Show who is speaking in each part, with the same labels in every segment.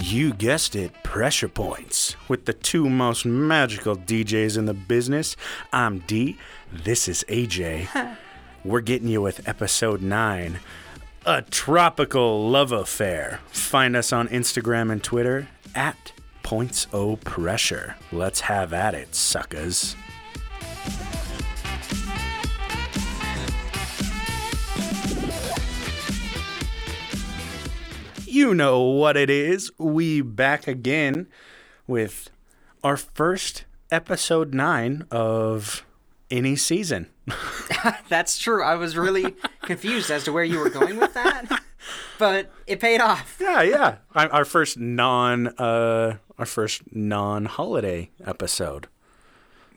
Speaker 1: You guessed it, Pressure Points. With the two most magical DJs in the business, I'm D, this is AJ. We're getting you with episode 9 A Tropical Love Affair. Find us on Instagram and Twitter at Points O Pressure. Let's have at it, suckers. You know what it is. We back again with our first episode nine of any season.
Speaker 2: That's true. I was really confused as to where you were going with that, but it paid off.
Speaker 1: Yeah, yeah. our, our first non uh our first non holiday episode.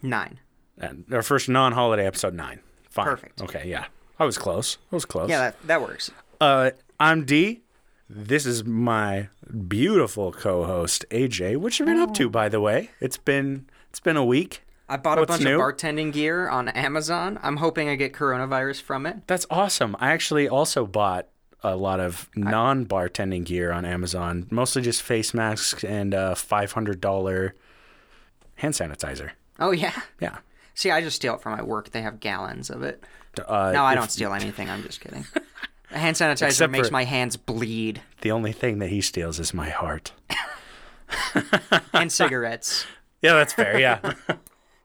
Speaker 2: Nine.
Speaker 1: And our first non holiday episode nine. Fine.
Speaker 2: Perfect.
Speaker 1: Okay, yeah. I was close. I was close.
Speaker 2: Yeah, that, that works.
Speaker 1: Uh, I'm D. This is my beautiful co-host AJ. What you been up
Speaker 2: Oh.
Speaker 1: to, by the way? It's been it's been a week.
Speaker 2: I bought a
Speaker 1: What's
Speaker 2: bunch
Speaker 1: new?
Speaker 2: of bartending gear on Amazon. I'm hoping I get coronavirus from it.
Speaker 1: That's awesome. I actually also bought a lot of non-bartending gear on Amazon, mostly just face masks and a $500 hand sanitizer.
Speaker 2: Oh yeah.
Speaker 1: Yeah.
Speaker 2: See, I just steal it from my work. They have gallons of it.
Speaker 1: D- Uh,
Speaker 2: No, I
Speaker 1: if-
Speaker 2: don't steal anything. I'm just kidding. A hand sanitizer
Speaker 1: Except
Speaker 2: makes
Speaker 1: for-
Speaker 2: my hands bleed.
Speaker 1: The only thing that he steals is my heart.
Speaker 2: And cigarettes.
Speaker 1: Yeah, that's fair. Yeah.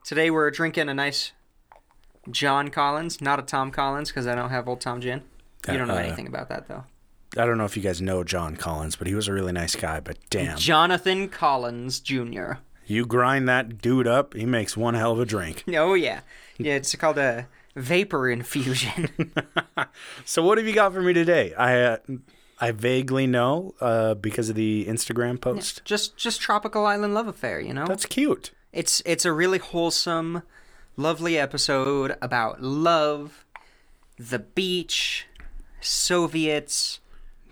Speaker 2: Today we're drinking a nice John Collins, not a Tom Collins, because I don't have old Tom Gin. You don't know
Speaker 1: Uh, uh,
Speaker 2: anything about that though.
Speaker 1: I don't know if you guys know John Collins, but he was a really nice guy. But damn,
Speaker 2: Jonathan Collins Jr.
Speaker 1: you grind that dude up, he makes one hell of a drink.
Speaker 2: Oh yeah, yeah. It's called a vapor infusion.
Speaker 1: So what have you got for me today? I uh, I vaguely know uh, because of the Instagram post.
Speaker 2: just just tropical island love affair. You know,
Speaker 1: That's cute.
Speaker 2: it's it's a really wholesome, lovely episode about love, the beach, Soviets.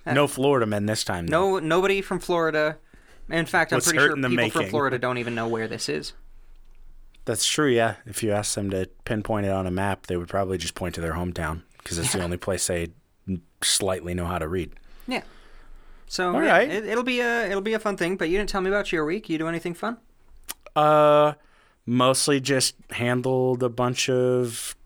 Speaker 1: no Florida men this time. though.
Speaker 2: Uh, No, nobody from Florida. In fact, I'm
Speaker 1: Was
Speaker 2: pretty
Speaker 1: hurt
Speaker 2: sure
Speaker 1: in the
Speaker 2: people from
Speaker 1: making.
Speaker 2: Florida don't even know where this is.
Speaker 1: that's true. Yeah, if you asked them to pinpoint it on a map, they would probably just point to their hometown because it's the only place they slightly know how to read.
Speaker 2: Yeah. So
Speaker 1: All
Speaker 2: yeah,
Speaker 1: right.
Speaker 2: it, it'll be a it'll be a fun thing. But you didn't tell me about your week. You do anything fun?
Speaker 1: Uh, mostly just handled a bunch of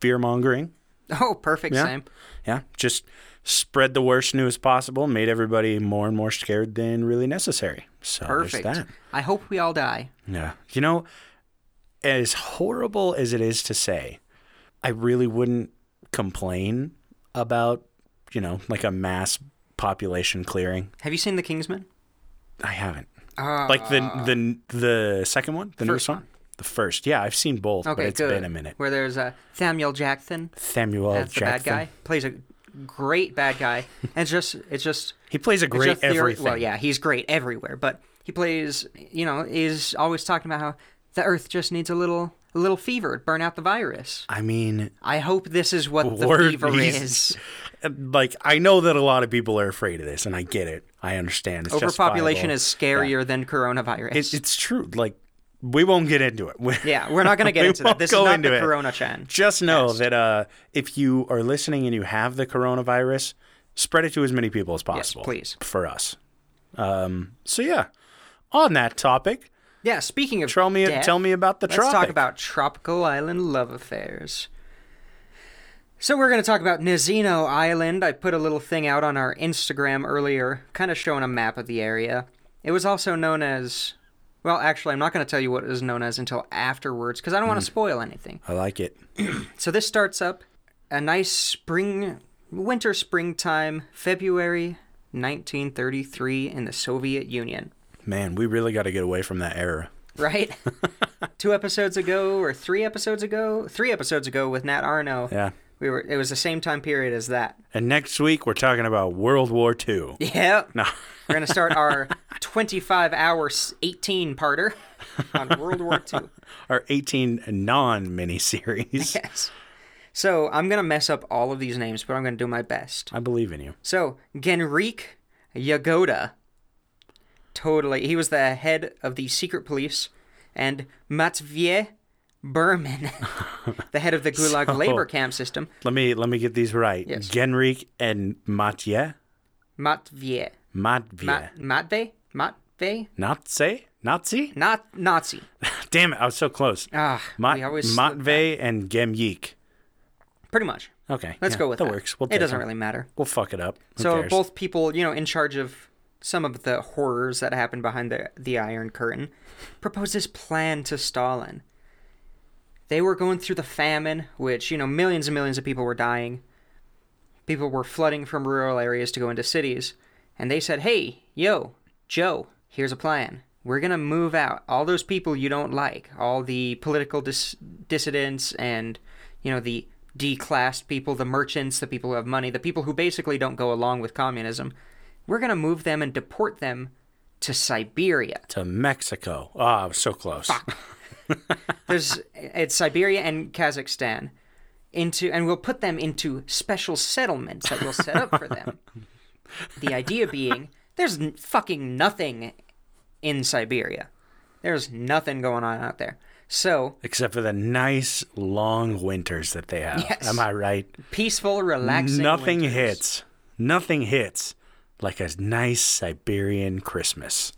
Speaker 1: fear mongering.
Speaker 2: Oh, perfect,
Speaker 1: Yeah.
Speaker 2: Sam.
Speaker 1: Yeah, just spread the worst news possible, made everybody more and more scared than really necessary. So there's
Speaker 2: Perfect.
Speaker 1: that.
Speaker 2: I hope we all die.
Speaker 1: Yeah. You know, as horrible as it is to say, I really wouldn't complain about, you know, like a mass population clearing.
Speaker 2: Have you seen The Kingsman?
Speaker 1: I haven't.
Speaker 2: Uh,
Speaker 1: Like the the the second one, the newest
Speaker 2: First
Speaker 1: one? the first. Yeah, I've seen both, but it's been a minute.
Speaker 2: Where there's a Samuel Jackson
Speaker 1: Samuel
Speaker 2: as the
Speaker 1: Jackson.
Speaker 2: bad guy plays a great bad guy, and it's just it's just
Speaker 1: He plays a
Speaker 2: it's
Speaker 1: great
Speaker 2: just theory-
Speaker 1: everything.
Speaker 2: Well, yeah, he's great everywhere, but he plays you know is always talking about how the Earth just needs a little a little fever to burn out the virus.
Speaker 1: I mean,
Speaker 2: I hope this is what the
Speaker 1: Lord,
Speaker 2: fever
Speaker 1: he's-
Speaker 2: is.
Speaker 1: like I know that a lot of people are afraid of this, and I get it. I understand. It's
Speaker 2: Overpopulation
Speaker 1: justifiable.
Speaker 2: is scarier than coronavirus.
Speaker 1: It, it's true. Like we won't get into it. We-
Speaker 2: yeah, we're not going to get
Speaker 1: we
Speaker 2: into that.
Speaker 1: won't
Speaker 2: This
Speaker 1: go
Speaker 2: is not
Speaker 1: into
Speaker 2: the
Speaker 1: it.
Speaker 2: Corona Chan.
Speaker 1: Just know that uh, if you are listening and you have the coronavirus, spread it to as many people as possible.
Speaker 2: please.
Speaker 1: For us. Um, so yeah. On that topic,
Speaker 2: Yeah, speaking of
Speaker 1: tell me
Speaker 2: death,
Speaker 1: tell me about the
Speaker 2: Let's
Speaker 1: tropic.
Speaker 2: talk about tropical island love affairs. So we're going to talk about Nizino Island. I put a little thing out on our Instagram earlier, kind of showing a map of the area. It was also known as well, actually, I'm not going to tell you what it was known as until afterwards because I don't want to spoil anything.
Speaker 1: I like it.
Speaker 2: So this starts up a nice spring, winter springtime, February 1933 in the Soviet Union.
Speaker 1: Man, we really got to get away from that era.
Speaker 2: right? Two episodes ago or three episodes ago, three episodes ago with Nat Arno.
Speaker 1: Yeah.
Speaker 2: We were it was the same time period as that.
Speaker 1: And next week we're talking about World War II.
Speaker 2: Yep.
Speaker 1: No.
Speaker 2: We're going to start our 25 hour s- 18 parter on World War II.
Speaker 1: Our 18 non miniseries.
Speaker 2: Yes. So, I'm going to mess up all of these names, but I'm going to do my best.
Speaker 1: I believe in you.
Speaker 2: So, Genrik Yagoda. Totally. He was the head of the secret police and Matvey Berman, the head of the Gulag labor camp system.
Speaker 1: Let me let me get these right.
Speaker 2: Yes.
Speaker 1: Genrik and Matye.
Speaker 2: Matvey.
Speaker 1: Matvye.
Speaker 2: Mat- Matvey? Matvey?
Speaker 1: Nazi? Nazi?
Speaker 2: Not Nazi.
Speaker 1: Damn it, I was so close.
Speaker 2: Ah,
Speaker 1: Mat-
Speaker 2: we always slip
Speaker 1: Matvey and Gemyik.
Speaker 2: pretty much.
Speaker 1: Okay.
Speaker 2: Let's
Speaker 1: yeah,
Speaker 2: go with
Speaker 1: that.
Speaker 2: that.
Speaker 1: works. We'll
Speaker 2: it
Speaker 1: take
Speaker 2: doesn't
Speaker 1: them.
Speaker 2: really matter.
Speaker 1: We'll fuck it up. Who
Speaker 2: so
Speaker 1: cares?
Speaker 2: both people, you know, in charge of some of the horrors that happened behind the the Iron Curtain, proposed this plan to Stalin. They were going through the famine, which you know, millions and millions of people were dying. People were flooding from rural areas to go into cities, and they said, "Hey, yo, Joe, here's a plan. We're gonna move out all those people you don't like, all the political dis- dissidents, and you know the declassed people, the merchants, the people who have money, the people who basically don't go along with communism. We're gonna move them and deport them to Siberia.
Speaker 1: to Mexico. Oh, I was so close.
Speaker 2: There's it's Siberia and Kazakhstan into and we'll put them into special settlements that we'll set up for them. The idea being there's n- fucking nothing in Siberia. There's nothing going on out there. So,
Speaker 1: Except for the nice long winters that they have.
Speaker 2: Yes.
Speaker 1: Am I right?
Speaker 2: peaceful, relaxing
Speaker 1: Nothing
Speaker 2: winters.
Speaker 1: hits. Nothing hits like a nice Siberian Christmas.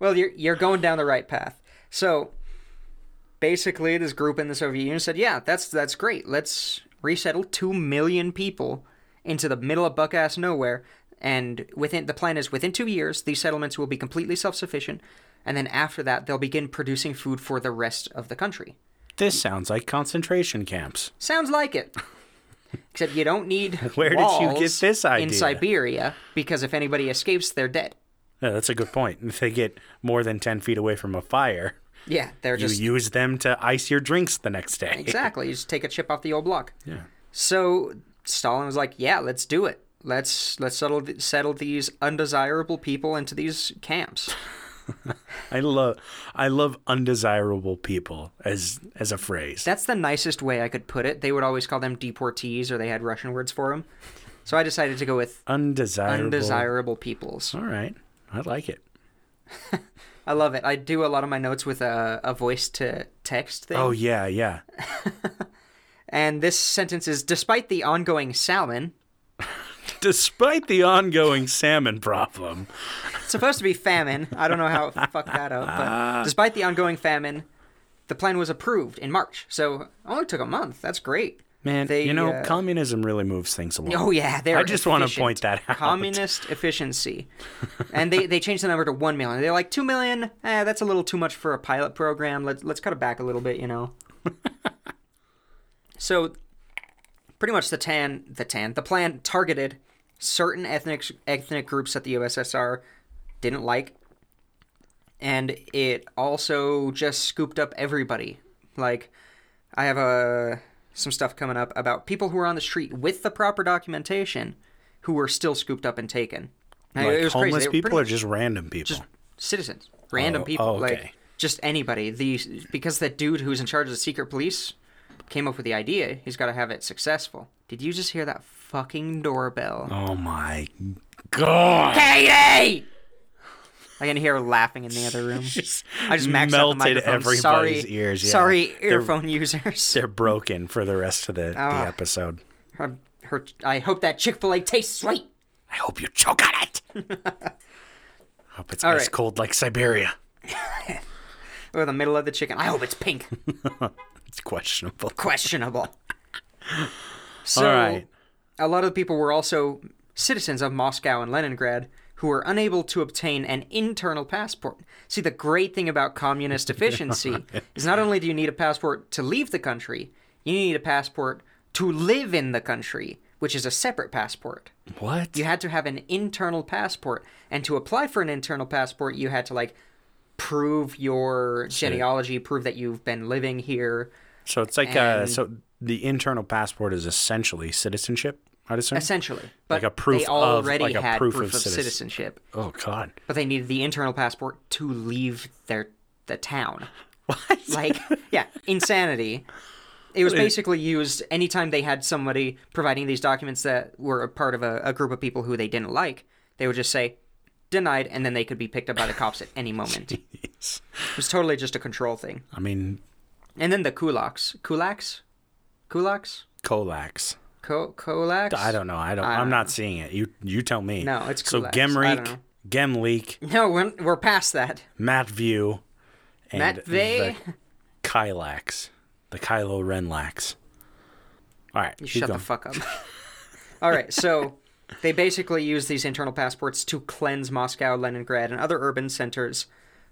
Speaker 2: Well, you're you're going down the right path. So basically, this group in the Soviet Union said, "Yeah, that's that's great. Let's resettle two million people into the middle of buck ass nowhere." And within the plan is within two years, these settlements will be completely self-sufficient, and then after that, they'll begin producing food for the rest of the country.
Speaker 1: This sounds like concentration camps.
Speaker 2: Sounds like it. Except you don't need
Speaker 1: Where did you get
Speaker 2: walls
Speaker 1: this idea?
Speaker 2: in Siberia because if anybody escapes, they're dead.
Speaker 1: Yeah, that's a good point. If they get more than 10 feet away from a fire,
Speaker 2: Yeah, they're
Speaker 1: you
Speaker 2: just
Speaker 1: use them to ice your drinks the next day.
Speaker 2: exactly. You just take a chip off the old block.
Speaker 1: Yeah.
Speaker 2: So Stalin was like, "Yeah, let's do it. Let's let's settle th- settle these undesirable people into these camps."
Speaker 1: I love I love undesirable people as as a phrase.
Speaker 2: That's the nicest way I could put it. They would always call them deportees, or they had Russian words for them. So I decided to go with
Speaker 1: undesirable.
Speaker 2: undesirable peoples.
Speaker 1: All right. I like it.
Speaker 2: I love it. I do a lot of my notes with a, a voice to text thing.
Speaker 1: Oh yeah, yeah.
Speaker 2: And this sentence is despite the ongoing salmon,
Speaker 1: Despite the ongoing salmon problem,
Speaker 2: It's supposed to be famine. I don't know how I fucked that up,
Speaker 1: Ah.
Speaker 2: but despite the ongoing famine, the plan was approved in March. So it only took a month. That's great.
Speaker 1: man,
Speaker 2: They,
Speaker 1: you know,
Speaker 2: uh,
Speaker 1: communism really moves things along.
Speaker 2: Oh yeah, they're.
Speaker 1: I just wanna
Speaker 2: efficient.
Speaker 1: point that out.
Speaker 2: Communist efficiency, and they they changed the number to one million. They're like two million. Eh, that's a little too much for a pilot program. Let's let's cut it back a little bit, you know. so, pretty much the tan the tan the plan targeted certain ethnic ethnic groups that the USSR didn't like, and it also just scooped up everybody. Like, I have a some stuff coming up about people who were on the street with the proper documentation, who were still scooped up and taken. Now,
Speaker 1: Like
Speaker 2: it was
Speaker 1: homeless
Speaker 2: crazy. They were
Speaker 1: people
Speaker 2: pretty
Speaker 1: or just random people?
Speaker 2: citizens, random
Speaker 1: Oh,
Speaker 2: people,
Speaker 1: oh,
Speaker 2: like
Speaker 1: okay.
Speaker 2: just anybody. The because that dude who's in charge of the secret police came up with the idea. He's got to have it successful. Did you just hear that fucking doorbell?
Speaker 1: oh my god.
Speaker 2: Katie! I can hear her laughing in the other room.
Speaker 1: Just
Speaker 2: I just maxed out the
Speaker 1: melted
Speaker 2: microphone.
Speaker 1: everybody's
Speaker 2: sorry,
Speaker 1: ears. Yeah.
Speaker 2: Sorry,
Speaker 1: They're-
Speaker 2: earphone users.
Speaker 1: They're broken for the rest of the, the
Speaker 2: Ah.
Speaker 1: episode.
Speaker 2: Her, her, I hope that Chick Fil A tastes sweet.
Speaker 1: I hope you choke on it. hope it's
Speaker 2: All
Speaker 1: ice
Speaker 2: right.
Speaker 1: cold like Siberia.
Speaker 2: Or Oh, the middle of the chicken. I hope it's pink.
Speaker 1: It's questionable.
Speaker 2: Questionable. So,
Speaker 1: All right.
Speaker 2: a lot of the people were also citizens of Moscow and Leningrad who were unable to obtain an internal passport. See, the great thing about communist efficiency is not only do you need a passport to leave the country, you need a passport to live in the country, which is a separate passport.
Speaker 1: What?
Speaker 2: You had to have an internal passport, and to apply for an internal passport, you had to like prove your genealogy, prove that you've been living here.
Speaker 1: So it's like uh,
Speaker 2: And-
Speaker 1: so the internal passport is essentially citizenship. I'd assume.
Speaker 2: Essentially, but
Speaker 1: Like a proof
Speaker 2: they
Speaker 1: of-
Speaker 2: already
Speaker 1: like a
Speaker 2: had
Speaker 1: proof
Speaker 2: proof,
Speaker 1: of
Speaker 2: of,
Speaker 1: citizen-
Speaker 2: citizenship.
Speaker 1: oh God.
Speaker 2: but they needed the internal passport to leave their the town. What? Like, yeah, insanity. It was basically used anytime they had somebody providing these documents that were a part of a, a group of people who they didn't like. They would just say denied, and then they could be picked up by the cops at any moment. It
Speaker 1: Yes.
Speaker 2: was totally just a control thing.
Speaker 1: I mean,
Speaker 2: And then the kulaks, kulaks, kulaks,
Speaker 1: Colax.
Speaker 2: Ko- kulaks.
Speaker 1: I don't know. I don't. I am not seeing it. You you tell me.
Speaker 2: No, it's
Speaker 1: so
Speaker 2: kulaks. I don't
Speaker 1: Gemrik
Speaker 2: know.
Speaker 1: Gemleek,
Speaker 2: No, we're, we're past that.
Speaker 1: Matview, and
Speaker 2: Matvey?
Speaker 1: the Kylax, the Kylo Renlax. All right,
Speaker 2: You
Speaker 1: keep
Speaker 2: shut
Speaker 1: going.
Speaker 2: the fuck up. All right, so they basically use these internal passports to cleanse Moscow, Leningrad, and other urban centers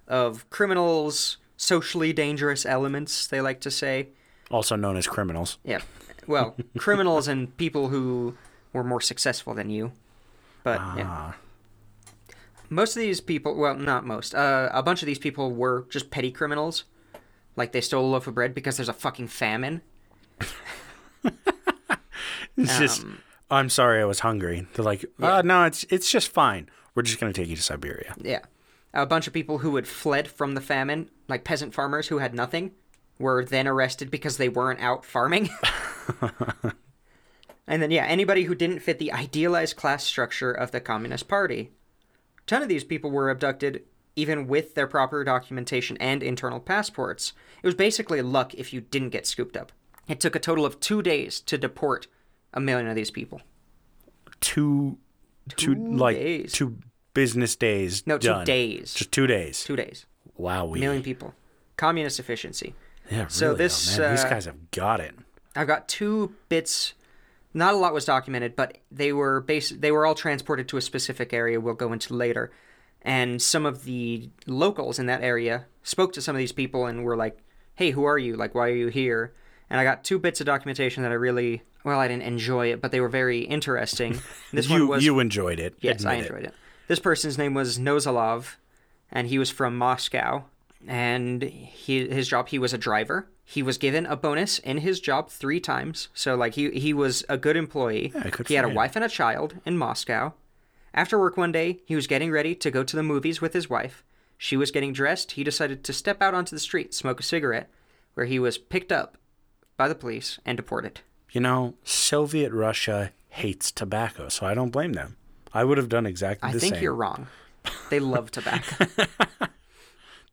Speaker 2: of criminals, socially dangerous elements, they like to say.
Speaker 1: also known as criminals.
Speaker 2: Yeah. Well, criminals and people who were more successful than you. But yeah.
Speaker 1: Ah,
Speaker 2: most of these people, well, not most, uh, a bunch of these people were just petty criminals. Like they stole a loaf of bread because there's a fucking famine.
Speaker 1: it's
Speaker 2: Um,
Speaker 1: just. I'm sorry, I was hungry. They're like, uh, no, it's it's just fine. We're just gonna take you to Siberia.
Speaker 2: Yeah. A bunch of people who had fled from the famine, like peasant farmers who had nothing, were then arrested because they weren't out farming. and then, yeah, anybody who didn't fit the idealized class structure of the Communist Party. A ton of these people were abducted even with their proper documentation and internal passports. It was basically luck if you didn't get scooped up. It took a total of two days to deport a million of these people.
Speaker 1: Two, two,
Speaker 2: Two
Speaker 1: like
Speaker 2: days.
Speaker 1: two business days.
Speaker 2: No, two
Speaker 1: done.
Speaker 2: days.
Speaker 1: Just two days.
Speaker 2: Two days.
Speaker 1: Wow, we.
Speaker 2: A million people. Communist efficiency.
Speaker 1: Yeah, really.
Speaker 2: So
Speaker 1: So
Speaker 2: this,
Speaker 1: man, these
Speaker 2: uh,
Speaker 1: guys have got it.
Speaker 2: I've got two bits. Not a lot was documented, but they were bas- They were all transported to a specific area. We'll go into later, and some of the locals in that area spoke to some of these people and were like, "Hey, who are you? Like, why are you here?" And I got two bits of documentation that I really well, I didn't enjoy it, but they were very interesting. This
Speaker 1: you
Speaker 2: one was
Speaker 1: you enjoyed it.
Speaker 2: yes, I
Speaker 1: admit
Speaker 2: enjoyed it. This person's name was Nozalov, and he was from Moscow. And he, his job, he was a driver. He was given a bonus in his job three times. So, like, he, he was a good employee.
Speaker 1: Yeah, good
Speaker 2: he had
Speaker 1: for
Speaker 2: a
Speaker 1: him.
Speaker 2: wife and a child in Moscow. After work one day, he was getting ready to go to the movies with his wife. She was getting dressed. He decided to step out onto the street, smoke a cigarette, where he was picked up by the police and deported.
Speaker 1: You know, Soviet Russia hates tobacco, so I don't blame them. I would have done exactly
Speaker 2: I
Speaker 1: the
Speaker 2: think
Speaker 1: same.
Speaker 2: you're wrong. They love tobacco.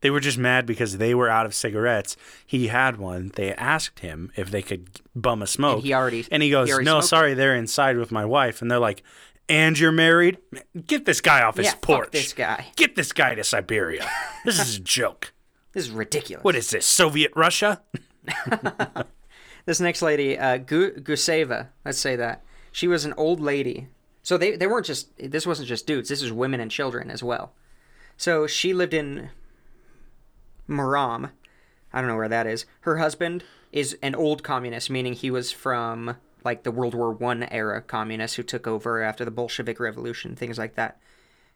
Speaker 1: They were just mad because they were out of cigarettes. He had one. They asked him if they could bum a smoke.
Speaker 2: he already-
Speaker 1: and he goes,
Speaker 2: he already
Speaker 1: "No,
Speaker 2: smoked
Speaker 1: sorry, they're inside with my wife." And they're like, "And you're married? Get this guy off his
Speaker 2: yeah,
Speaker 1: porch.
Speaker 2: fuck this guy.
Speaker 1: Get this guy to Siberia. this is a joke.
Speaker 2: This is ridiculous.
Speaker 1: What is this, Soviet Russia?"
Speaker 2: this next lady, uh, Gu- Guseva, let's say that she was an old lady. So they they weren't just this wasn't just dudes. This is women and children as well. So she lived in Maram. I don't know where that is. Her husband is an old communist, meaning he was from like the World War One era communists who took over after the Bolshevik Revolution, things like that.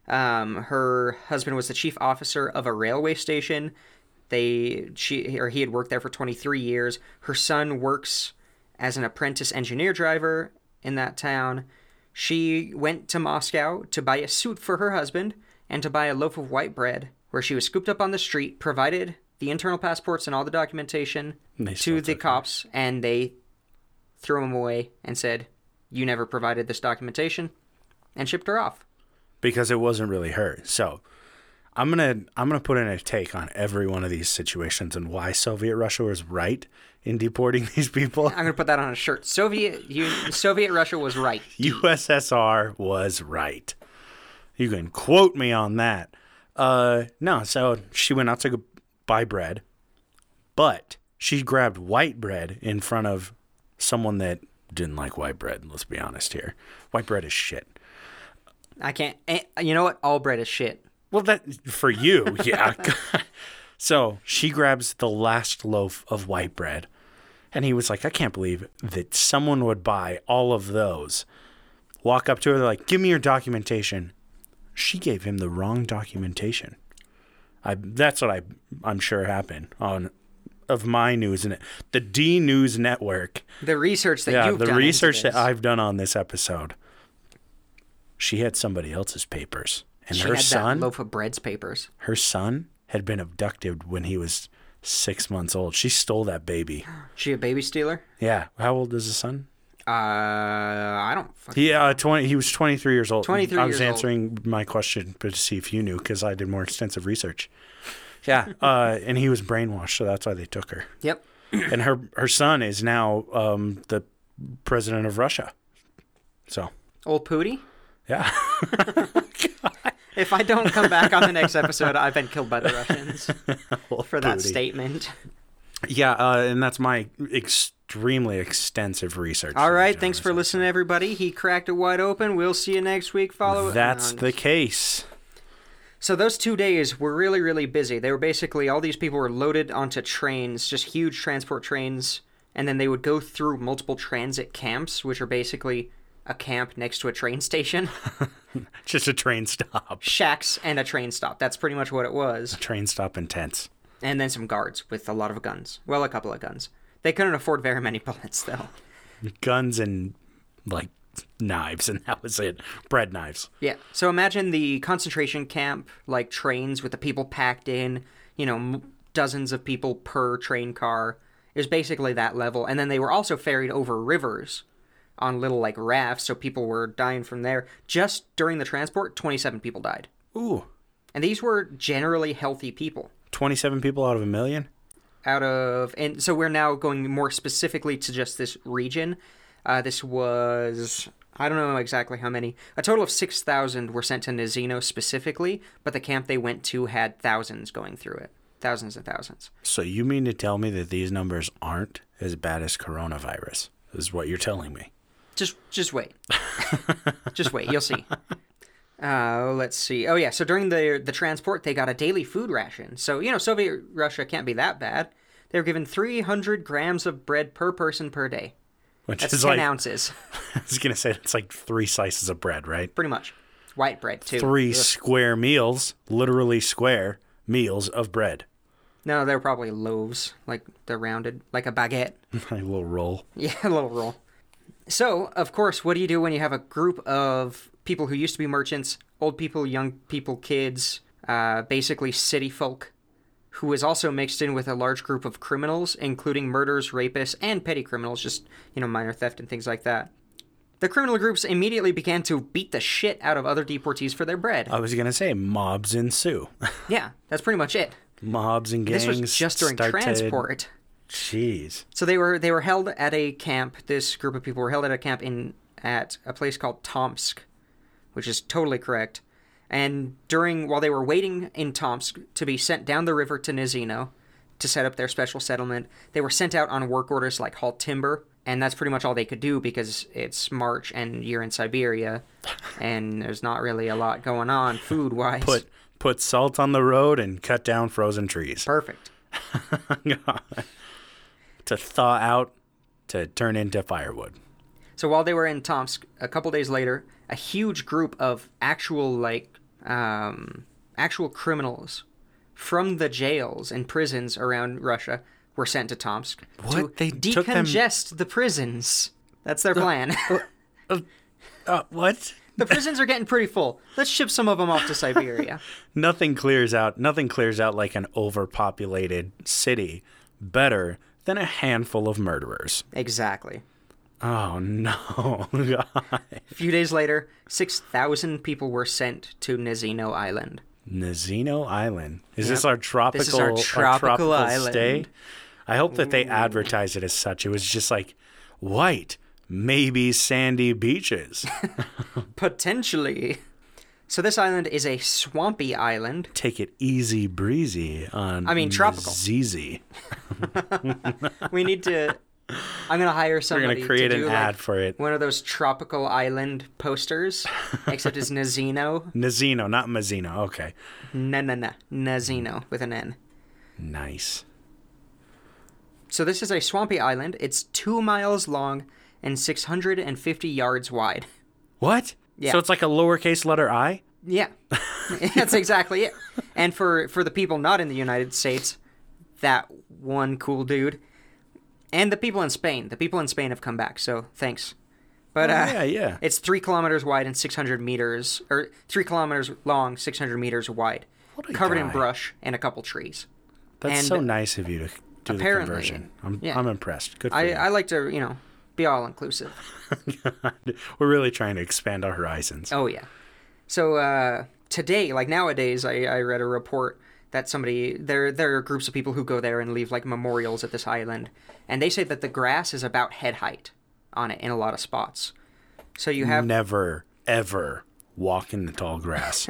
Speaker 2: Um, her husband was the chief officer of a railway station. They she or he had worked there for 23 years. Her son works as an apprentice engineer driver in that town. She went to Moscow to buy a suit for her husband and to buy a loaf of white bread, where she was scooped up on the street, provided the internal passports and all the documentation
Speaker 1: And they still
Speaker 2: to the cops, and they threw him away and said, "You never provided this documentation," and shipped her off.
Speaker 1: because it wasn't really her. So I'm gonna I'm gonna put in a take on every one of these situations and why Soviet Russia was right in deporting these people.
Speaker 2: I'm gonna put that on a shirt. Soviet Un- Soviet Russia was right.
Speaker 1: USSR was right. You can quote me on that. Uh, no, so she went out to go buy bread, but she grabbed white bread in front of someone that didn't like white bread. Let's be honest here. White bread is shit.
Speaker 2: I can't. eh, You know what? All bread is shit.
Speaker 1: Well, that for you, yeah. so she grabs the last loaf of white bread, and he was like, "I can't believe that someone would buy all of those." Walk up to her, they're like, "Give me your documentation." She gave him the wrong documentation. I that's what I I'm sure happened on of my news and the D News Network.
Speaker 2: The research that
Speaker 1: Yeah,
Speaker 2: you've
Speaker 1: the
Speaker 2: done.
Speaker 1: research
Speaker 2: into this.
Speaker 1: that I've done on this episode. She had somebody else's papers, and
Speaker 2: She
Speaker 1: her
Speaker 2: had that
Speaker 1: son
Speaker 2: loaf of bread's papers.
Speaker 1: her son had been abducted when he was six months old. She stole that baby.
Speaker 2: She a baby stealer?
Speaker 1: Yeah. How old is the son?
Speaker 2: Uh, I don't. Fuck.
Speaker 1: He uh, twenty. He was twenty three years old.
Speaker 2: 23
Speaker 1: I was
Speaker 2: years old.
Speaker 1: answering my question, but to see if you knew, because I did more extensive research. Yeah. uh, and he was brainwashed, so that's why they took her.
Speaker 2: Yep.
Speaker 1: And her her son is now um, the president of Russia. So
Speaker 2: Old Pooty.
Speaker 1: yeah.
Speaker 2: If I don't come back on the next episode, I've been killed by the Russians
Speaker 1: Old
Speaker 2: for that
Speaker 1: booty.
Speaker 2: statement.
Speaker 1: Yeah, uh, and that's my extremely extensive research.
Speaker 2: All right, thanks for listening, everybody. He cracked it wide open. We'll see you next week. Follow.
Speaker 1: That's
Speaker 2: No,
Speaker 1: the case.
Speaker 2: So those two days were really, really busy. They were basically all these people were loaded onto trains, just huge transport trains, and then they would go through multiple transit camps, which are basically a camp next to a train station,
Speaker 1: Just a train stop.
Speaker 2: shacks, and a train stop. That's pretty much what it was.
Speaker 1: Train stop intense.
Speaker 2: And then some guards with a lot of guns. Well, a couple of guns. They couldn't afford very many bullets, though.
Speaker 1: Guns and like knives, and that was it. Bread knives.
Speaker 2: Yeah. So imagine the concentration camp, like trains with the people packed in, you know, m- dozens of people per train car. It was basically that level. And then they were also ferried over rivers on little, like, rafts, so people were dying from there. Just during the transport, 27 people died.
Speaker 1: Ooh,
Speaker 2: And these were generally healthy people.
Speaker 1: 27 people out of a million?
Speaker 2: Out of. And so we're now going more specifically to just this region. Uh, this was. I don't know exactly how many. A total of 6,000 were sent to Nizino specifically, but the camp they went to had thousands going through it. Thousands and thousands.
Speaker 1: So you mean to tell me that these numbers aren't as bad as coronavirus? Is what you're telling me.
Speaker 2: Just just wait. just wait, you'll see. Uh, let's see. Oh yeah, so during the the transport they got a daily food ration. So, you know, Soviet Russia can't be that bad. They were given 300 grams of bread per person per day.
Speaker 1: Which
Speaker 2: That's
Speaker 1: is
Speaker 2: 10
Speaker 1: like,
Speaker 2: ounces,
Speaker 1: I was going to say, it's like three slices of bread, right?
Speaker 2: pretty much. White bread, too.
Speaker 1: Three square meals, literally square meals of bread.
Speaker 2: No, they're probably loaves, like they're rounded, like a baguette.
Speaker 1: My little roll.
Speaker 2: Yeah, a little roll. So, of course, what do you do when you have a group of people who used to be merchants, old people, young people, kids, uh, basically city folk, who is also mixed in with a large group of criminals, including murders, rapists, and petty criminals, just, you know, minor theft and things like that? The criminal groups immediately began to beat the shit out of other deportees for their bread.
Speaker 1: I was going to say, mobs ensue.
Speaker 2: yeah, that's pretty much it.
Speaker 1: mobs and gangs.
Speaker 2: This was just during
Speaker 1: started-
Speaker 2: transport.
Speaker 1: Jeez.
Speaker 2: So they were they were held at a camp. This group of people were held at a camp in at a place called Tomsk, which is totally correct. And during while they were waiting in Tomsk to be sent down the river to Nizino to set up their special settlement, they were sent out on work orders like haul timber, and that's pretty much all they could do because it's March and you're in Siberia, and there's not really a lot going on food wise.
Speaker 1: Put put salt on the road and cut down frozen trees
Speaker 2: perfect.
Speaker 1: to thaw out to turn into firewood.
Speaker 2: So while they were in Tomsk, a couple days later, a huge group of actual like um, actual criminals from the jails and prisons around Russia were sent to Tomsk to
Speaker 1: What? They took them-
Speaker 2: decongest the prisons. That's their plan.
Speaker 1: Uh, what?
Speaker 2: the prisons are getting pretty full. Let's ship some of them off to Siberia.
Speaker 1: Nothing clears out. Nothing clears out like an overpopulated city better than a handful of murderers.
Speaker 2: exactly.
Speaker 1: Oh no!
Speaker 2: A few days later, 6,000 people were sent to Nizino Island.
Speaker 1: Nazino Island. Is this our tropical? Mm.
Speaker 2: is our tropical island.
Speaker 1: stay? I hope that they advertise it as such. It was just like white, maybe sandy beaches.
Speaker 2: Potentially. So this island is a swampy island
Speaker 1: take it easy breezy on. I
Speaker 2: mean, tropical.
Speaker 1: Zizi.
Speaker 2: We need to. I'm gonna hire
Speaker 1: We're
Speaker 2: somebody.
Speaker 1: gonna create
Speaker 2: to do
Speaker 1: an
Speaker 2: like
Speaker 1: ad for it.
Speaker 2: One of those tropical island posters, except it's Nazino.
Speaker 1: Nazino, not Mazzino. Okay,
Speaker 2: Na na na Nazino with an N.
Speaker 1: nice.
Speaker 2: So this is a swampy island. It's two miles long and 650 yards wide.
Speaker 1: What?
Speaker 2: Yeah.
Speaker 1: So it's like a lowercase letter I.
Speaker 2: Yeah, that's exactly it. And for for the people not in the United States, that one cool dude, and the people in Spain. The people in Spain have come back, so thanks. But uh,
Speaker 1: Oh, yeah, yeah.
Speaker 2: It's three kilometers wide and 600 meters, or three kilometers long, 600 meters wide,
Speaker 1: What a
Speaker 2: covered in
Speaker 1: guy.
Speaker 2: brush and a couple trees.
Speaker 1: That's
Speaker 2: and
Speaker 1: so nice of you to do the
Speaker 2: apparently-
Speaker 1: conversion. I'm,
Speaker 2: yeah.
Speaker 1: I'm impressed. Good for
Speaker 2: I,
Speaker 1: you.
Speaker 2: I like to, you know, be all inclusive.
Speaker 1: We're really trying to expand our horizons.
Speaker 2: Oh yeah. So uh, today, like nowadays, I, I read a report that somebody there there are groups of people who go there and leave like memorials at this island, and they say that the grass is about head height on it in a lot of
Speaker 1: Mm.
Speaker 2: spots. So you have
Speaker 1: Never ever walk in the tall grass.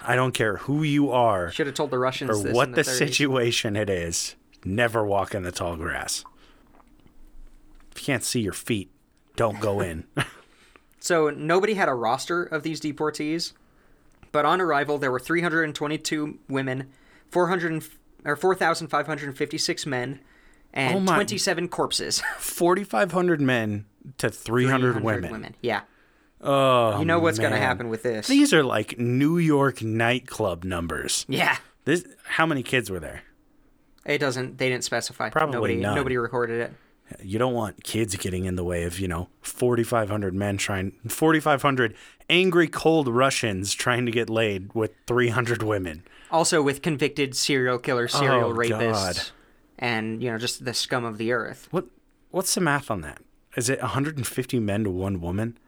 Speaker 1: I don't care who you are
Speaker 2: Should have told the Russians
Speaker 1: or
Speaker 2: this
Speaker 1: what
Speaker 2: in
Speaker 1: the,
Speaker 2: the, 30s.
Speaker 1: situation it is. Never walk in the tall grass. If you can't see your feet, don't go in.
Speaker 2: So nobody had a roster of these deportees, but on arrival there were 322 women, 400 and f- or 4,556 men, and
Speaker 1: Oh my-
Speaker 2: 27 corpses.
Speaker 1: 4,500 men to 300,
Speaker 2: 300
Speaker 1: women.
Speaker 2: Yeah.
Speaker 1: Oh,
Speaker 2: You know what's going to
Speaker 1: man.
Speaker 2: happen with this.
Speaker 1: These are like New York nightclub numbers.
Speaker 2: yeah.
Speaker 1: This, how many kids were there?
Speaker 2: It doesn't they didn't specify.
Speaker 1: Probably
Speaker 2: nobody
Speaker 1: none.
Speaker 2: nobody recorded it.
Speaker 1: You don't want kids getting in the way of, you know, 4,500 men trying, 4,500 angry cold Russians trying to get laid with 300 women.
Speaker 2: Also with convicted serial killers, serial
Speaker 1: Oh,
Speaker 2: rapists
Speaker 1: God.
Speaker 2: and you know just the scum of the earth.
Speaker 1: What, what's the math on that? Is it 150 men to one woman?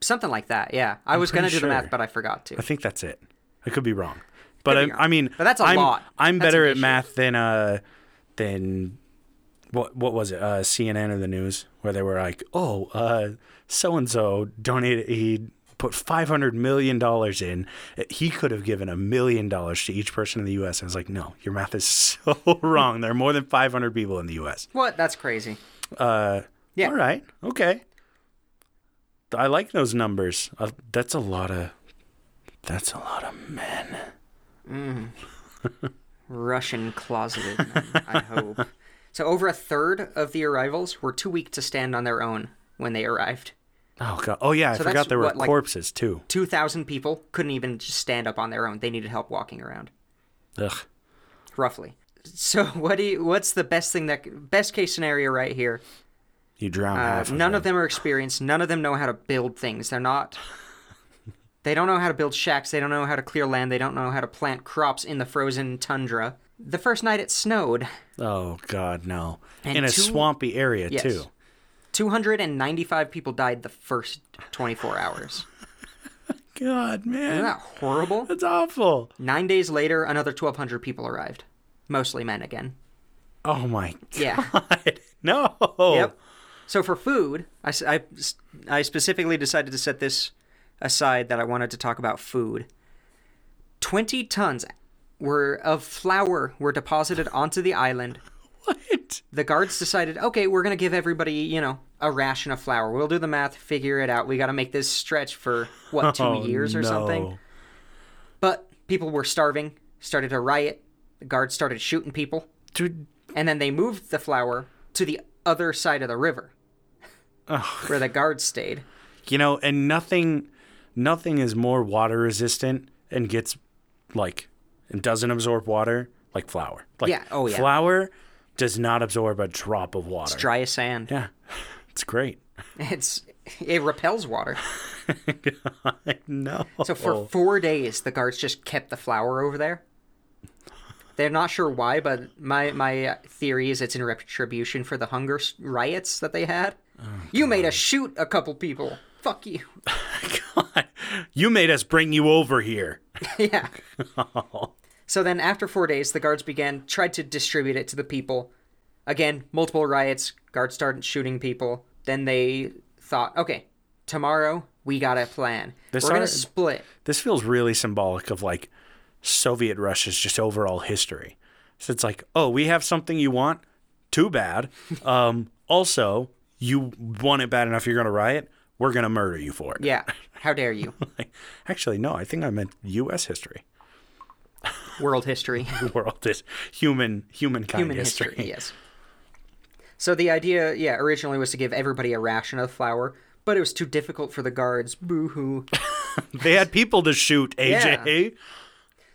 Speaker 2: Something like that. Yeah. I was going to
Speaker 1: pretty
Speaker 2: do the
Speaker 1: sure.
Speaker 2: math but I forgot to.
Speaker 1: I think that's it. I could be wrong, but I,
Speaker 2: be wrong.
Speaker 1: I mean,
Speaker 2: But that's a
Speaker 1: I'm,
Speaker 2: lot.
Speaker 1: I'm
Speaker 2: That's
Speaker 1: better
Speaker 2: an
Speaker 1: at
Speaker 2: issue.
Speaker 1: math than uh than what what was it? Uh, CNN or the news where they were like, oh, uh, so and so donated. He put five hundred million dollars in. He could have given a million dollars to each person in the U.S. I was like, no, your math is so wrong. There are more than five hundred people in the U.S.
Speaker 2: What? That's crazy.
Speaker 1: Uh,
Speaker 2: Yeah.
Speaker 1: All right. Okay. I like those numbers. Uh, that's a lot of. That's a lot of men.
Speaker 2: Russian closeted, men, I hope. So over a third of the arrivals were too weak to stand on their own when they arrived.
Speaker 1: Oh god. Oh yeah, I
Speaker 2: So that's
Speaker 1: forgot there were
Speaker 2: what, like-
Speaker 1: corpses too.
Speaker 2: 2,000 people couldn't even just stand up on their own. They needed help walking around,
Speaker 1: Ugh.
Speaker 2: roughly. So what do you, what's the best thing that best case scenario right here?
Speaker 1: You drown
Speaker 2: Uh,
Speaker 1: half. Of
Speaker 2: none
Speaker 1: them.
Speaker 2: of them are experienced. None of them know how to build things. They're not They don't know how to build shacks. They don't know how to clear land. They don't know how to plant crops in the frozen tundra. The first night it snowed.
Speaker 1: Oh god, no.
Speaker 2: And
Speaker 1: In a
Speaker 2: two-
Speaker 1: swampy area
Speaker 2: Yes.
Speaker 1: too.
Speaker 2: 295 people died the first 24 hours.
Speaker 1: God man,
Speaker 2: Isn't that horrible?
Speaker 1: that's awful.
Speaker 2: Nine days later, another 1,200 people arrived. Mostly men again.
Speaker 1: Oh my
Speaker 2: Yeah.
Speaker 1: god. No.
Speaker 2: Yep. So for food, I, s- I s- I specifically decided to set this aside that I wanted to talk about food. 20 tons were of flour were deposited onto the island.
Speaker 1: What?
Speaker 2: The guards decided, okay, we're going to give everybody, you know, a ration of flour. We'll do the math, figure it out. We got to make this stretch for, what, two
Speaker 1: Oh,
Speaker 2: years or something?
Speaker 1: no.
Speaker 2: But people were starving, started a riot. The guards started shooting people,
Speaker 1: Dude.
Speaker 2: and then they moved the flour to the other side of the river
Speaker 1: Oh,
Speaker 2: where the guards stayed.
Speaker 1: you know, and nothing, nothing is more water resistant and gets like and doesn't absorb water like flour. Like
Speaker 2: Yeah. Oh, yeah.
Speaker 1: Flour does not absorb a drop of water.
Speaker 2: Dry as sand.
Speaker 1: yeah. It's great.
Speaker 2: It's it repels water.
Speaker 1: I know.
Speaker 2: So for 4 days the guards just kept the flour over there. They're not sure why, but my my uh, theory is it's in retribution for the hunger s- riots that they had. you made us shoot a couple people. Fuck you.
Speaker 1: God, you made us bring you over here.
Speaker 2: yeah. So then, after four days, the guards began tried to distribute it to the people. Again, multiple riots. Guards started shooting people. Then they thought, okay, tomorrow we got a plan.
Speaker 1: This
Speaker 2: We're gonna
Speaker 1: are-
Speaker 2: split.
Speaker 1: This feels really symbolic of like Soviet Russia's just overall history. So it's like, oh, we have something you want. Too bad. Um, also, you want it bad enough. You're gonna riot. We're gonna murder you for it.
Speaker 2: Yeah. How dare you?
Speaker 1: Actually, no. I think I meant U.S. history,
Speaker 2: World history.
Speaker 1: world is human humankind
Speaker 2: Human
Speaker 1: history.
Speaker 2: history. Yes. So the idea, yeah, originally was to give everybody a ration of flour, but it was too difficult for the guards. Boo hoo.
Speaker 1: They had people to shoot. AJ.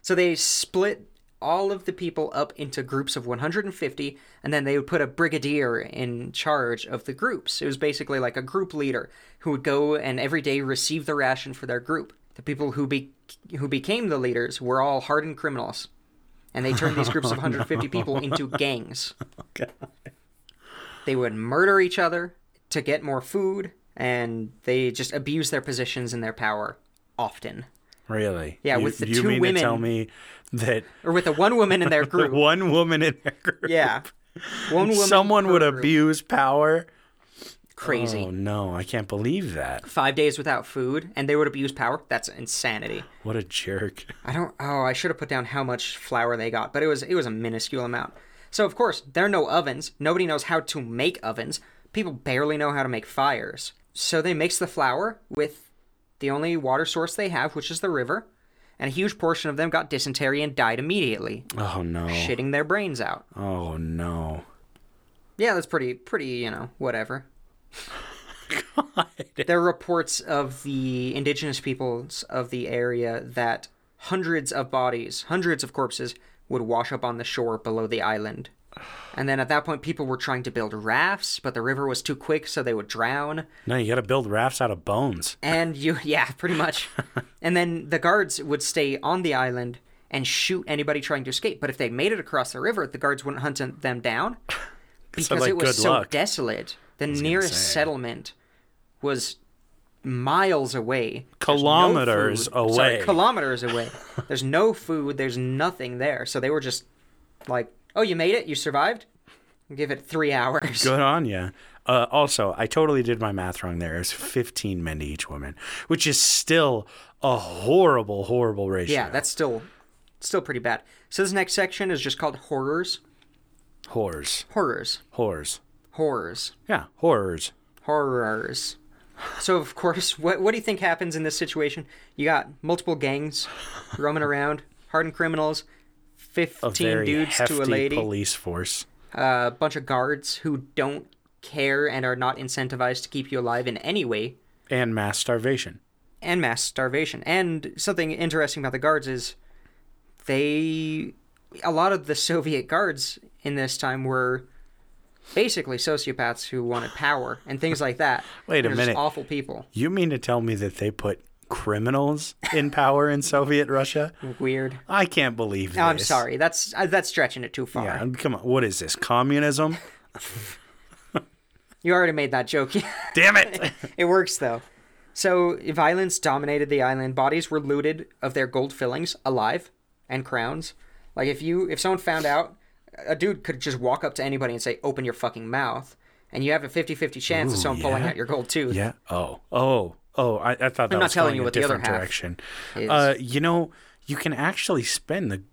Speaker 2: So they split all of the people up into groups of 150, and then they would put a brigadier in charge of the groups. It was basically like a group leader who would go and every day receive the ration for their group. The people who be- who became the leaders were all hardened criminals, and they turned these groups of 150 people into gangs. They would murder each other to get more food, and they just abused their positions and their power often.
Speaker 1: Really?
Speaker 2: Yeah,
Speaker 1: You-
Speaker 2: with the
Speaker 1: you
Speaker 2: two
Speaker 1: mean
Speaker 2: women-
Speaker 1: to tell me that
Speaker 2: Or with the one woman in their group.
Speaker 1: one woman in their group
Speaker 2: Yeah. One woman.
Speaker 1: someone
Speaker 2: per
Speaker 1: would
Speaker 2: group.
Speaker 1: abuse power.
Speaker 2: Crazy.
Speaker 1: Oh no, I can't believe that.
Speaker 2: Five days without food, and they would abuse power. That's insanity.
Speaker 1: What a jerk.
Speaker 2: I don't. Oh, I should have put down how much flour they got, but it was it was a minuscule amount. So of course there are no ovens. Nobody knows how to make ovens. People barely know how to make fires. So they mix the flour with the only water source they have, which is the river, and a huge portion of them got dysentery and died immediately,
Speaker 1: Oh no.
Speaker 2: shitting their brains out.
Speaker 1: Oh no.
Speaker 2: Yeah, that's pretty pretty, you know, whatever. There are reports of the indigenous peoples of the area that hundreds of bodies, hundreds of corpses would wash up on the shore below the island. And then at that point people were trying to build rafts, but the river was too quick so they would drown.
Speaker 1: No, you gotta build rafts out of bones.
Speaker 2: And you yeah, pretty much. and then the guards would stay on the island and shoot anybody trying to escape, but if they made it across the river, the guards wouldn't hunt them down because
Speaker 1: like,
Speaker 2: it was
Speaker 1: good
Speaker 2: so
Speaker 1: luck.
Speaker 2: desolate. The
Speaker 1: gonna
Speaker 2: nearest
Speaker 1: say.
Speaker 2: settlement was miles away, There's no
Speaker 1: Kilometers
Speaker 2: food-
Speaker 1: away.
Speaker 2: Sorry, kilometers away. there's no food. There's nothing there. So they were just like, "Oh, you made it. You survived. Give it three hours."
Speaker 1: Good on ya. Uh, also, I totally did my math wrong there. It's 15 men to each woman, which is still a horrible, horrible ratio.
Speaker 2: Yeah, that's still still pretty bad. So this next section is just called horrors,
Speaker 1: Whores.
Speaker 2: horrors,
Speaker 1: Whores.
Speaker 2: horrors,
Speaker 1: Yeah, horrors.
Speaker 2: horrors. So of course, what what do you think happens in this situation? You got multiple gangs roaming around, hardened criminals,
Speaker 1: A
Speaker 2: fifteen
Speaker 1: very
Speaker 2: dudes
Speaker 1: hefty
Speaker 2: to a lady, uh,
Speaker 1: police force.
Speaker 2: a bunch of guards who don't care and are not incentivized to keep you alive in any way,
Speaker 1: And mass starvation.
Speaker 2: and mass starvation. And something interesting about the guards is they a lot of the Soviet guards in this time were basically sociopaths who wanted power and things like that.
Speaker 1: Wait a
Speaker 2: They're just
Speaker 1: minute.
Speaker 2: awful people.
Speaker 1: You mean to tell me that they put criminals in power in Soviet Russia?
Speaker 2: Weird.
Speaker 1: I can't believe this.
Speaker 2: I'm sorry. That's uh, that's stretching it too far.
Speaker 1: Yeah, come on. What is this? Communism?
Speaker 2: You already made that joke.
Speaker 1: Damn it.
Speaker 2: it works though. So violence dominated the island. Bodies were looted of their gold fillings, alive, and crowns. Like if you if someone found out, a dude could just walk up to anybody and say, "Open your fucking mouth," and you have a 50-50 chance of
Speaker 1: Ooh,
Speaker 2: someone pulling
Speaker 1: yeah.
Speaker 2: out your gold tooth.
Speaker 1: Yeah. Oh. Oh. Oh. I, I thought that
Speaker 2: not
Speaker 1: was
Speaker 2: telling
Speaker 1: going
Speaker 2: you
Speaker 1: a
Speaker 2: what the other
Speaker 1: different
Speaker 2: half
Speaker 1: direction.
Speaker 2: is.
Speaker 1: Uh, you know, you can actually spend the